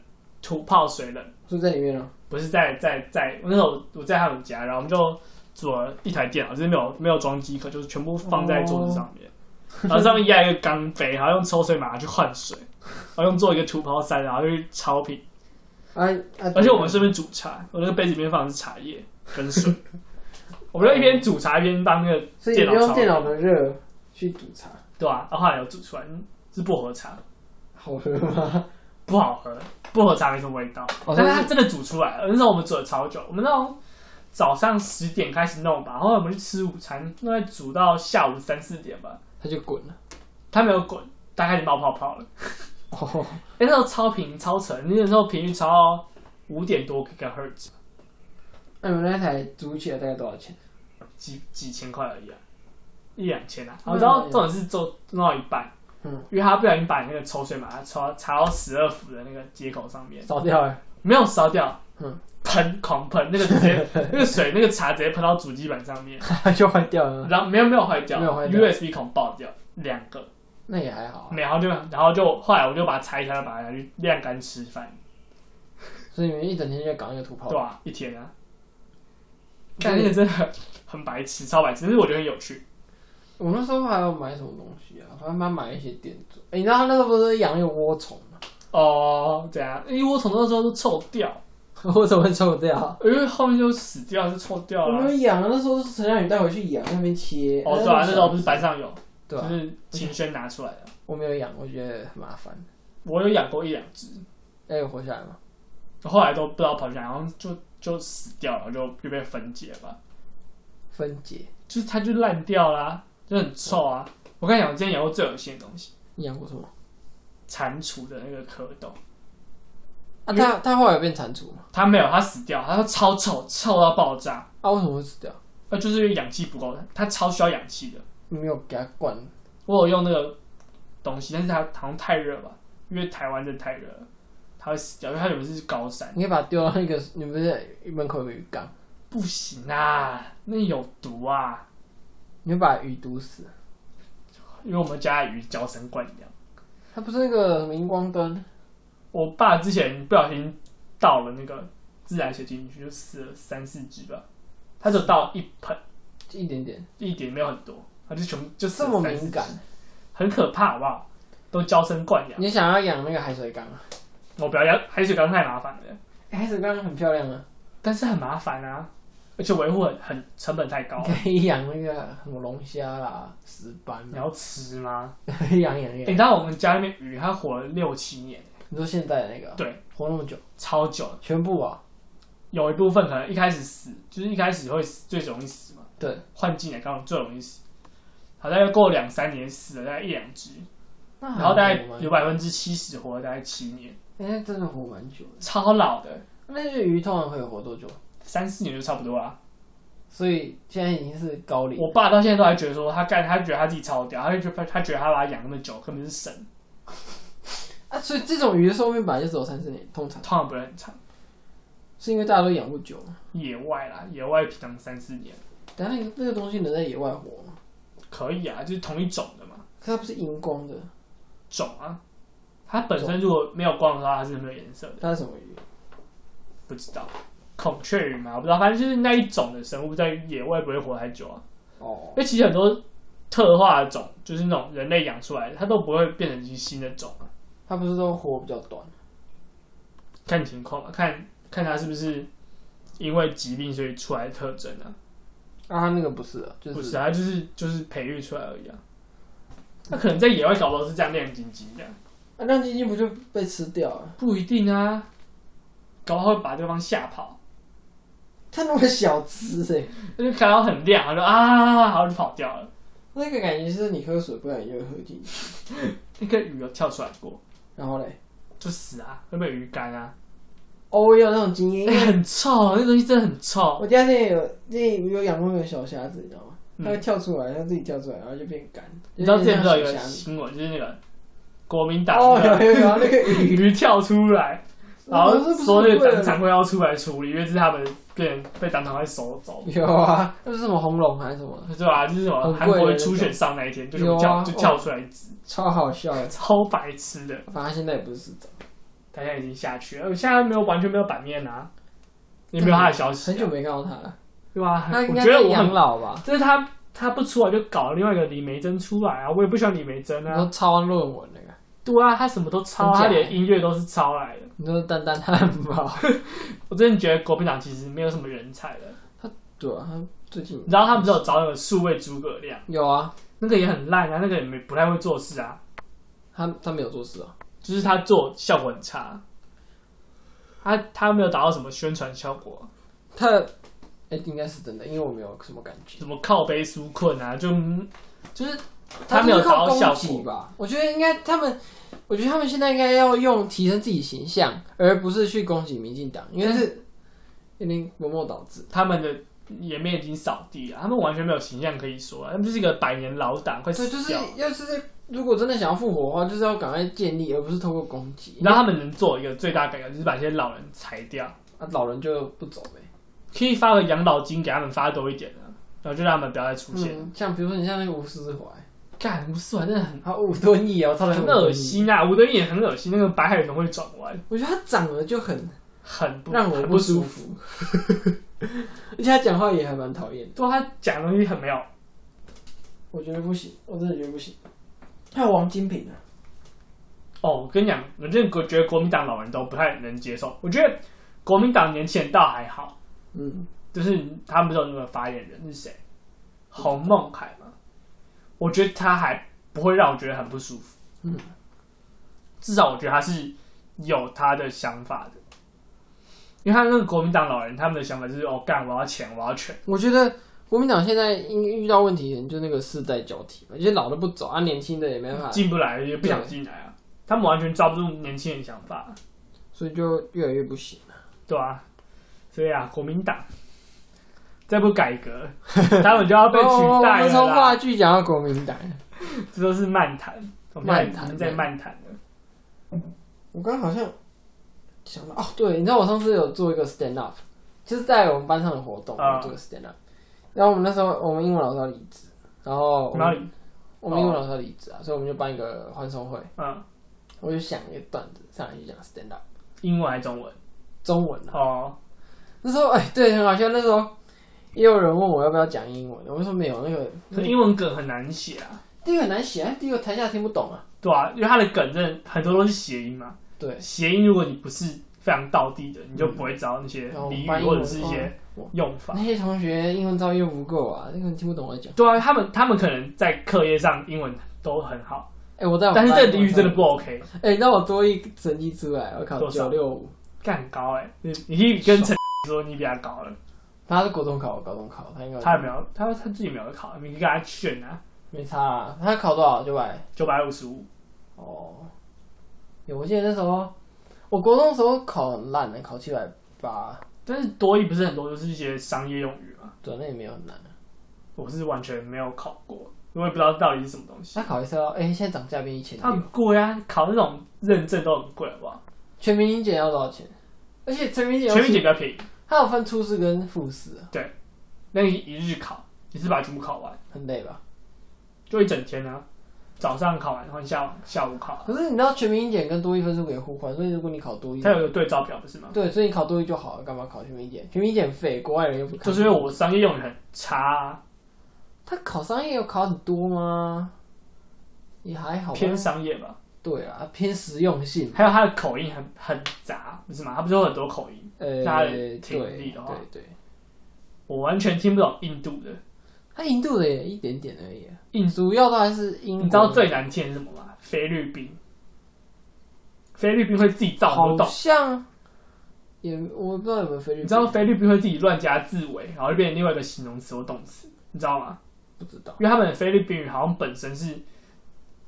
Speaker 2: 土泡水冷，
Speaker 1: 就在里面啊了。
Speaker 2: 不是在在在，那时候我在他们家，然后我们就组了一台电脑，就是没有没有装机壳，就是全部放在桌子上面，然后上面压一个钢杯，然后用抽水马去换水，然后用做一个土泡塞，然后就去超品，
Speaker 1: 啊啊！
Speaker 2: 而且我们顺便煮茶，我那个杯子里面放的是茶叶跟水，我们就一边煮茶一边当那个
Speaker 1: 所以你
Speaker 2: 电脑
Speaker 1: 用
Speaker 2: 烧
Speaker 1: 电脑的热去煮茶，
Speaker 2: 对吧、然后后来有煮出来嗯是薄荷茶。
Speaker 1: 好喝吗？
Speaker 2: 不好喝，薄荷茶没什么味道，
Speaker 1: 哦
Speaker 2: 但
Speaker 1: 但
Speaker 2: 是
Speaker 1: 是
Speaker 2: 它真的煮出来了。那时候我们煮了超久，我们那种早上十点开始弄吧，后来我们去吃午餐，大概煮到下午三四点吧，
Speaker 1: 他就滚了。
Speaker 2: 它没有滚，它开始冒泡泡了。
Speaker 1: 哦，
Speaker 2: 哎、那时候超频超沉，那时候频率超到五点多 GHz，
Speaker 1: 那你们那台煮起来大概多少钱？
Speaker 2: 几几千块而已啊，一两千啊。
Speaker 1: 嗯
Speaker 2: 然后重点是做弄到一半，
Speaker 1: 嗯
Speaker 2: 因为他不小心把那个抽水马它抽到插到十二伏的那个接口上面。
Speaker 1: 烧掉 了。
Speaker 2: 没有烧掉，
Speaker 1: 嗯
Speaker 2: 喷狂喷，那个直 接那个水那个茶直接喷到主机板上面，
Speaker 1: 就坏掉了，
Speaker 2: 然后没有没有坏掉
Speaker 1: 没有坏掉
Speaker 2: u s b 孔爆掉两个，
Speaker 1: 那也还好啊。
Speaker 2: 然后就然后就后来我就把它拆开，把它拿去晾干吃饭，
Speaker 1: 所以你们一整天就在搞那个土炮
Speaker 2: 对，吧、一天啊，但那个真的很白痴，超白痴，但是我觉得很有趣。
Speaker 1: 我那时候还要买什么东西啊？反正他买一些电子。哎、你知道他那时候不是养那个窝虫吗？
Speaker 2: 哦，怎样？因为我从那时候都臭掉，
Speaker 1: 窝虫会臭掉。
Speaker 2: 因为后面就死掉，就臭掉
Speaker 1: 啊我
Speaker 2: 了。
Speaker 1: 没有养，那时候是陈亮宇带回去养，嗯那边切。
Speaker 2: 哦，对啊，那时候不是班上有，
Speaker 1: 对
Speaker 2: 就
Speaker 1: 啊，
Speaker 2: 是秦轩拿出来的。
Speaker 1: 我没有养，我觉得很麻烦。
Speaker 2: 我有养过一两只，
Speaker 1: 哎、有活下来吗？
Speaker 2: 后来都不知道跑去哪，然后就就死掉了，就就被分解吧，
Speaker 1: 分解，
Speaker 2: 就是它就烂掉啦、就很臭啊。我跟你讲，我今天养过最恶心的东西，
Speaker 1: 你养过什么？
Speaker 2: 蟾蜍的那个蝌蚪，
Speaker 1: 啊，
Speaker 2: 因为
Speaker 1: 他他后来有变蟾蜍吗？
Speaker 2: 它没有，它死掉，它超臭，臭到爆炸，
Speaker 1: 啊，为什么会死掉？
Speaker 2: 那就是因为氧气不够，它超需要氧气的。
Speaker 1: 你没有给他灌，
Speaker 2: 我有用那个东西，但是它好像太热吧，因为台湾真的太热了，它会死掉，因为它原本是高山，
Speaker 1: 你可以把它丢到那个，你不是门口有个鱼缸，
Speaker 2: 不行啊，那有毒啊，
Speaker 1: 你会把鱼毒死。
Speaker 2: 因为我们家的鱼娇生惯养。
Speaker 1: 它不是那个什么荧光灯，
Speaker 2: 我爸之前不小心倒了那个自来水进去，就死了三四只吧。他只有倒一盆，
Speaker 1: 就一点点，
Speaker 2: 一点没有很多，他就全部就死
Speaker 1: 这
Speaker 2: 了
Speaker 1: 么
Speaker 2: 三四
Speaker 1: 敏
Speaker 2: 只
Speaker 1: 感，。
Speaker 2: 很可怕，好不好？都娇生惯养。
Speaker 1: 你想要养那个海水缸啊？
Speaker 2: 我不要养海水缸太麻烦了，
Speaker 1: 哎海水缸很漂亮啊，
Speaker 2: 但是很麻烦啊，而且维护很很成本太高
Speaker 1: 你。可以养那个什么龙虾啦、石斑
Speaker 2: 你
Speaker 1: 啊，
Speaker 2: 要吃吗？
Speaker 1: 养养
Speaker 2: 欸
Speaker 1: 养。
Speaker 2: 你知道我们家那边鱼它活了六七年，
Speaker 1: 你说现在那个啊
Speaker 2: 对，
Speaker 1: 活那么久，
Speaker 2: 超久了。
Speaker 1: 全部啊，
Speaker 2: 有一部分可能一开始死，就是一开始会死最容易死嘛。
Speaker 1: 对，
Speaker 2: 换进来刚好最容易死。好，大概过两三年死了大概一两只，
Speaker 1: 啊那
Speaker 2: 然后大概
Speaker 1: 还活蛮
Speaker 2: 有百分之七十活了大概七年，
Speaker 1: 哎，那真的活蛮久的。
Speaker 2: 超老的，
Speaker 1: 那个鱼通常会活多久？
Speaker 2: 三四年就差不多啊啦。
Speaker 1: 所以现在已经是高龄，
Speaker 2: 我爸到现在都还觉得说他干，他觉得他自己超屌，他就觉得他觉得他把他养那么久根本是神，
Speaker 1: 啊，所以这种鱼的寿命本来就只有三四年，通常
Speaker 2: 通常不是很长。
Speaker 1: 是因为大家都养不久嘛。
Speaker 2: 野外啦，野外平常三四年
Speaker 1: 但那个那个东西能在野外活吗？
Speaker 2: 可以啊，就是同一种的嘛，
Speaker 1: 可它不是荧光的，
Speaker 2: 种啊。它本身如果没有光的话，它是没有颜色的，
Speaker 1: 它是什么鱼？
Speaker 2: 不知道。孔雀鱼嘛，我不知道，反正就是那一种的生物在野外不会活太久啊。
Speaker 1: 哦
Speaker 2: 因，为其实很多特化的种，就是那种人类养出来的，它都不会变成新的种啊，
Speaker 1: 它不是都活比较短？
Speaker 2: 看情况嘛，看看他是不是因为疾病所以出来的特征啊？
Speaker 1: 啊，他那个不是啊，就
Speaker 2: 不
Speaker 1: 是
Speaker 2: 是啊，他就是就是培育出来而已啊。他可能在野外搞不好是这样亮晶晶的，
Speaker 1: 啊，亮晶晶不就被吃掉了？
Speaker 2: 不一定啊，搞不好会把对方吓跑，
Speaker 1: 它那么小只哎、
Speaker 2: 他就看到很亮，他就啊，好就跑掉了。
Speaker 1: 那个感觉是你喝水不小心就喝进去，
Speaker 2: 那个鱼有跳出来过，
Speaker 1: 然后嘞，
Speaker 2: 就死啊，会被鱼干啊。
Speaker 1: 哦，我也有那种经
Speaker 2: 哎、
Speaker 1: 验。
Speaker 2: 很臭，那东西真的很臭。
Speaker 1: 我家之前有之前有养过那个小虾子，你知道吗？
Speaker 2: 嗯
Speaker 1: 它会跳出来，它自己跳出来，然后就变干。
Speaker 2: 你知道之前不是有一
Speaker 1: 就是那
Speaker 2: 个
Speaker 1: 种小虾
Speaker 2: 新闻，就是那个国民
Speaker 1: 子
Speaker 2: 党
Speaker 1: 哦，
Speaker 2: 那个
Speaker 1: 有有有那个鱼，
Speaker 2: 鱼跳出来， 然后说哦那个
Speaker 1: 个
Speaker 2: 党产会要出来处理，因为是他们变成被党产会收走。
Speaker 1: 有啊，那是什么红龙还是什么，
Speaker 2: 对啊，就是什么
Speaker 1: 很
Speaker 2: 韩
Speaker 1: 贵的
Speaker 2: 国
Speaker 1: 那
Speaker 2: 初
Speaker 1: 种
Speaker 2: 选上那一天，就是
Speaker 1: 有啊
Speaker 2: 跳、就
Speaker 1: 哦
Speaker 2: 跳出来一只，
Speaker 1: 超好笑的。
Speaker 2: 超白痴的。
Speaker 1: 反正现在也不是市长，
Speaker 2: 大家已经下去了，呃现在没有完全没有版面啊，也没有他的消息、啊
Speaker 1: 很久没看到他了。
Speaker 2: 对吧？
Speaker 1: 他应
Speaker 2: 我
Speaker 1: 该
Speaker 2: 觉得
Speaker 1: 在
Speaker 2: 我
Speaker 1: 养
Speaker 2: 很，
Speaker 1: 老吧？
Speaker 2: 就是他他不出来就搞另外一个李梅珍出来啊，我也不喜欢李梅珍
Speaker 1: 你
Speaker 2: 啊。
Speaker 1: 说抄论文那个，
Speaker 2: 对啊，他什么都抄，
Speaker 1: 嗯很假
Speaker 2: 他连音乐都是抄来的。
Speaker 1: 你说丹丹汉啊堡？
Speaker 2: 我真的觉得国民党其实没有什么人才的。
Speaker 1: 对啊，他最近
Speaker 2: 你知道他们只有找那个数位诸葛亮，
Speaker 1: 有啊，
Speaker 2: 那个也很烂啊，那个也没不太会做事啊，
Speaker 1: 他他没有做事啊。
Speaker 2: 就是他做效果很差，他他没有达到什么宣传效果，
Speaker 1: 他哎、应该是真的，因为我没有什么感觉。
Speaker 2: 什么靠背纾困啊，就就是
Speaker 1: 他
Speaker 2: 没有
Speaker 1: 就是
Speaker 2: 达
Speaker 1: 靠
Speaker 2: 到效
Speaker 1: 攻击
Speaker 2: 果。
Speaker 1: 吧？我觉得应该他们，我觉得他们现在应该要用提升自己形象，而不是去攻击民进党，因为是有点本末倒置。
Speaker 2: 他们的颜面已经扫地了，他们完全没有形象可以说啊，他们就是一个百年老党，快
Speaker 1: 对，就
Speaker 2: 死
Speaker 1: 是
Speaker 2: 掉了。
Speaker 1: 要是如果真的想要复活的话，就是要赶快建立，而不是透过攻击。
Speaker 2: 然后他们能做一个最大改革，就是把一些老人裁掉，
Speaker 1: 啊，老人就不走呗。
Speaker 2: 可以发个养老金给他们发多一点啊，然后就让他们不要再出现。
Speaker 1: 嗯，像比如说你像那个吴思怀，
Speaker 2: 干，吴思怀真的很
Speaker 1: 还有吴敦义哦，超
Speaker 2: 很
Speaker 1: 人
Speaker 2: 恶。心啊！吴敦义也很恶心，那个白海豚会转弯，
Speaker 1: 我觉得他长得就很
Speaker 2: 很不
Speaker 1: 让我
Speaker 2: 很不
Speaker 1: 舒
Speaker 2: 舒服。
Speaker 1: 服， 而且他讲话也还蛮讨厌的。
Speaker 2: 对啊他讲的东西很没有，
Speaker 1: 我觉得不行，我真的觉得不行。还有王金平啊，
Speaker 2: 哦，我跟你讲，我真的觉得国民党老人都不太能接受。我觉得国民党年轻人倒还好，
Speaker 1: 嗯，
Speaker 2: 就是他们不是有那个发言人是谁？洪孟凯嘛，我觉得他还不会让我觉得很不舒服。
Speaker 1: 嗯，
Speaker 2: 至少我觉得他是有他的想法的，因为他那个国民党老人他们的想法就是哦，干我要钱，我要权。
Speaker 1: 我觉得国民党现在应遇到问题，可能就那个世代交替吧，有些老的不走啊，年轻的也没办法，
Speaker 2: 进不来，也不想进来啊。他们完全抓不住年轻人想法，
Speaker 1: 所以就越来越不行。
Speaker 2: 对啊，所以啊，国民党再不改革， 他们就要被取
Speaker 1: 哦我
Speaker 2: 代
Speaker 1: 们
Speaker 2: 了
Speaker 1: 从话
Speaker 2: 啦。
Speaker 1: 剧讲到国民党，
Speaker 2: 这都是漫谈，我们
Speaker 1: 漫谈
Speaker 2: 已经在漫谈了。
Speaker 1: 我刚刚好像想到哦，对，你知道我上次有做一个 stand up，就是在我们班上的活动，
Speaker 2: 啊
Speaker 1: 我做个 stand up，然后我们那时候我们英文老师要离职，然后哦我
Speaker 2: 然
Speaker 1: 们
Speaker 2: 后，
Speaker 1: 我们英文老师要离职啊，所以我们就办一个欢送会，
Speaker 2: 哦嗯，
Speaker 1: 我就想一个段子上来就讲 stand up，
Speaker 2: 英文还是中文？
Speaker 1: 中文啊。
Speaker 2: 哦，
Speaker 1: 那时候哎，对，很好笑。那时候也有人问我要不要讲英文，我就说没有，那个
Speaker 2: 可英文梗很难写啊，
Speaker 1: 第一个很难写，第一个台下听不懂啊。
Speaker 2: 对啊，因为它的梗真的很多都是谐音嘛。
Speaker 1: 对，
Speaker 2: 谐音如果你不是非常道地的，你就不会知道那些
Speaker 1: 然后
Speaker 2: 俚
Speaker 1: 哦翻
Speaker 2: 语
Speaker 1: 译
Speaker 2: 或者是一些
Speaker 1: 我我
Speaker 2: 用法。
Speaker 1: 哦那些同学英文造诣又不够啊，那个人听不懂我在讲。
Speaker 2: 对啊，他们他们可能在课业上英文都很好。
Speaker 1: 哎、我在我们
Speaker 2: 但
Speaker 1: 班，
Speaker 2: 是这个俚语真的不 OK，
Speaker 1: 我在我们班。 哎、你知道我多一成绩出来，我考
Speaker 2: 多少
Speaker 1: 九六五，
Speaker 2: 干很高哎、你你可以跟陈 说你比他高了，
Speaker 1: 他是国中考，我高中考，他应该
Speaker 2: 他也没有，他他自己没有考，你可以跟他劝啊，
Speaker 1: 没差、啊。他考多少？九百。
Speaker 2: 九百五十五，
Speaker 1: 哦，有，我记得那时候，我国中的时候考很烂的、考七百八，
Speaker 2: 但是多一不是很多，就是一些商业用语嘛，
Speaker 1: 对，那也没有很难。
Speaker 2: 我是完全没有考过，我也不知道到底是什么东西，
Speaker 1: 他考一次哦，哎、现在涨价变一千
Speaker 2: 它
Speaker 1: 六
Speaker 2: 很。贵啊，考那种认证都很贵好不好？
Speaker 1: 全民英检要多少钱？而且全民英检
Speaker 2: 全民姐比较便宜，
Speaker 1: 它有分初试跟复试啊，
Speaker 2: 那你一日考，你是把它全部考完，
Speaker 1: 很累吧？
Speaker 2: 就一整天啊，早上考完，然后下午下午考，啊
Speaker 1: 可是你知道全民英检跟多一分数可以互换，所以如果你考多一
Speaker 2: 它，有一个对照表不是吗？
Speaker 1: 对，所以你考多一就好了，干嘛考全民英检？全民英检废，国外人又不考。
Speaker 2: 就是因为我商业用语很差、啊，
Speaker 1: 他考商业有考很多吗？也还好吧，
Speaker 2: 偏商业吧，
Speaker 1: 对啊，偏实用性。
Speaker 2: 还有他的口音很很杂，不是吗？他不是有很多口音，
Speaker 1: 呃，
Speaker 2: 大家
Speaker 1: 对
Speaker 2: 听力
Speaker 1: 对
Speaker 2: 的话
Speaker 1: 对，
Speaker 2: 我完全听不懂印度的。
Speaker 1: 他印度的也一点点而已啊，
Speaker 2: 印
Speaker 1: 主要都还是英
Speaker 2: 嗯
Speaker 1: 国。
Speaker 2: 你知道最难听的是什么吗？菲律宾，菲律宾会自己造很多
Speaker 1: 好
Speaker 2: 洞，
Speaker 1: 像也我不知道有没有菲律宾，
Speaker 2: 你知道菲律宾会自己乱加字尾，然后就变成另外一个形容词或动词，你知道吗？
Speaker 1: 不知道？
Speaker 2: 因为他们的菲律宾语好像本身是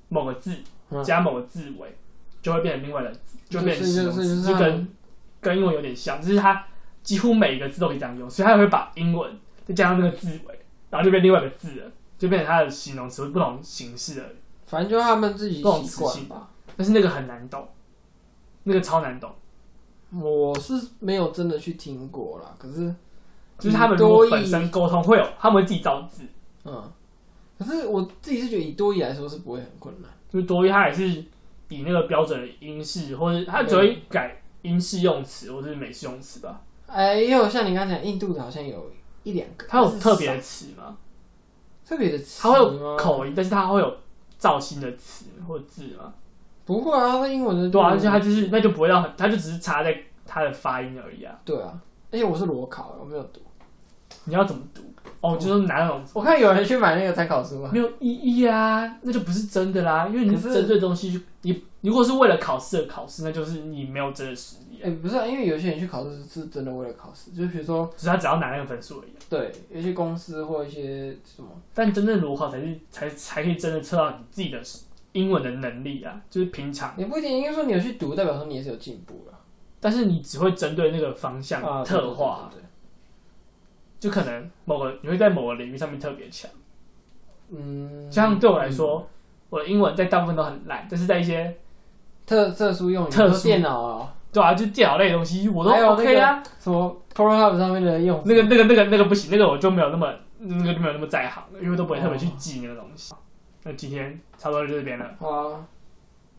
Speaker 2: 某个字
Speaker 1: 嗯
Speaker 2: 加某个字尾，就会变成另外的字，就会变成
Speaker 1: 就是
Speaker 2: 形容
Speaker 1: 就是
Speaker 2: 词，
Speaker 1: 就是
Speaker 2: 就
Speaker 1: 他们
Speaker 2: 跟跟英文有点像，就是它几乎每一个字都可以这样用，所以它会把英文再加上那个字尾，然后就变另外一个字了，就变成它的形容词不同形式而已。
Speaker 1: 反正就是他们自己
Speaker 2: 这种
Speaker 1: 习
Speaker 2: 词
Speaker 1: 惯
Speaker 2: 性
Speaker 1: 吧。
Speaker 2: 但是那个很难懂，那个超难懂，
Speaker 1: 我是没有真的去听过啦，可是
Speaker 2: 就是他们如果本身沟通会有，他们会自己造字，
Speaker 1: 嗯，可是我自己是觉得以多义来说是不会很困难。
Speaker 2: 就是多一它也是以那个标准的英式，或者它只会改英式用词或者是美式用词吧。
Speaker 1: 哎，也有像你刚才讲印度的，好像有一两个，
Speaker 2: 它有
Speaker 1: 但是
Speaker 2: 特别
Speaker 1: 少
Speaker 2: 的词吗？
Speaker 1: 特别的词
Speaker 2: 它
Speaker 1: 吗，
Speaker 2: 会有口音，但是它会有造型的词或字吗？
Speaker 1: 不会啊，那英文的
Speaker 2: 对啊，而且它就是那就不会让很，它就只是差在它的发音而已啊。
Speaker 1: 对啊，而且我是裸考，我没有读。
Speaker 2: 你要怎么读？哦，就是拿那种
Speaker 1: 我看有人去买那个参考书嘛，
Speaker 2: 没有意义啊，那就不是真的啦。因为你
Speaker 1: 可是
Speaker 2: 针对东西，你如果是为了考试而考试，那就是你没有真的实力、
Speaker 1: 哎、
Speaker 2: 啊，
Speaker 1: 不是、啊，因为有些人去考试是真的为了考试，就比如说
Speaker 2: 只是他只要拿那个分数而已啊、
Speaker 1: 对，有些公司或一些什么，
Speaker 2: 但真正裸考才是才才可以真的测到你自己的英文的能力啊，就是平常。
Speaker 1: 也不一定，应该说你有去读，代表说你也是有进步了。
Speaker 2: 但是你只会针对那个方向
Speaker 1: 啊，
Speaker 2: 特化，
Speaker 1: 对对对对
Speaker 2: 就可能某个你会在某个领域上面特别强。
Speaker 1: 嗯，
Speaker 2: 像对我来说，我的英文在大部分都很烂，但是在一些
Speaker 1: 特特殊用语，
Speaker 2: 特殊
Speaker 1: 比如说电脑啊，
Speaker 2: 对啊，就电脑类的东西我都
Speaker 1: 还有那个
Speaker 2: OK 啊。
Speaker 1: 什么 Photoshop 上面的用，
Speaker 2: 那个、那个、那个、那个不行，那个我就没有那么那个就没有那么在行了，因为都不会特别去
Speaker 1: 哦
Speaker 2: 记那个东西。那今天差不多就这边了，
Speaker 1: 好啊，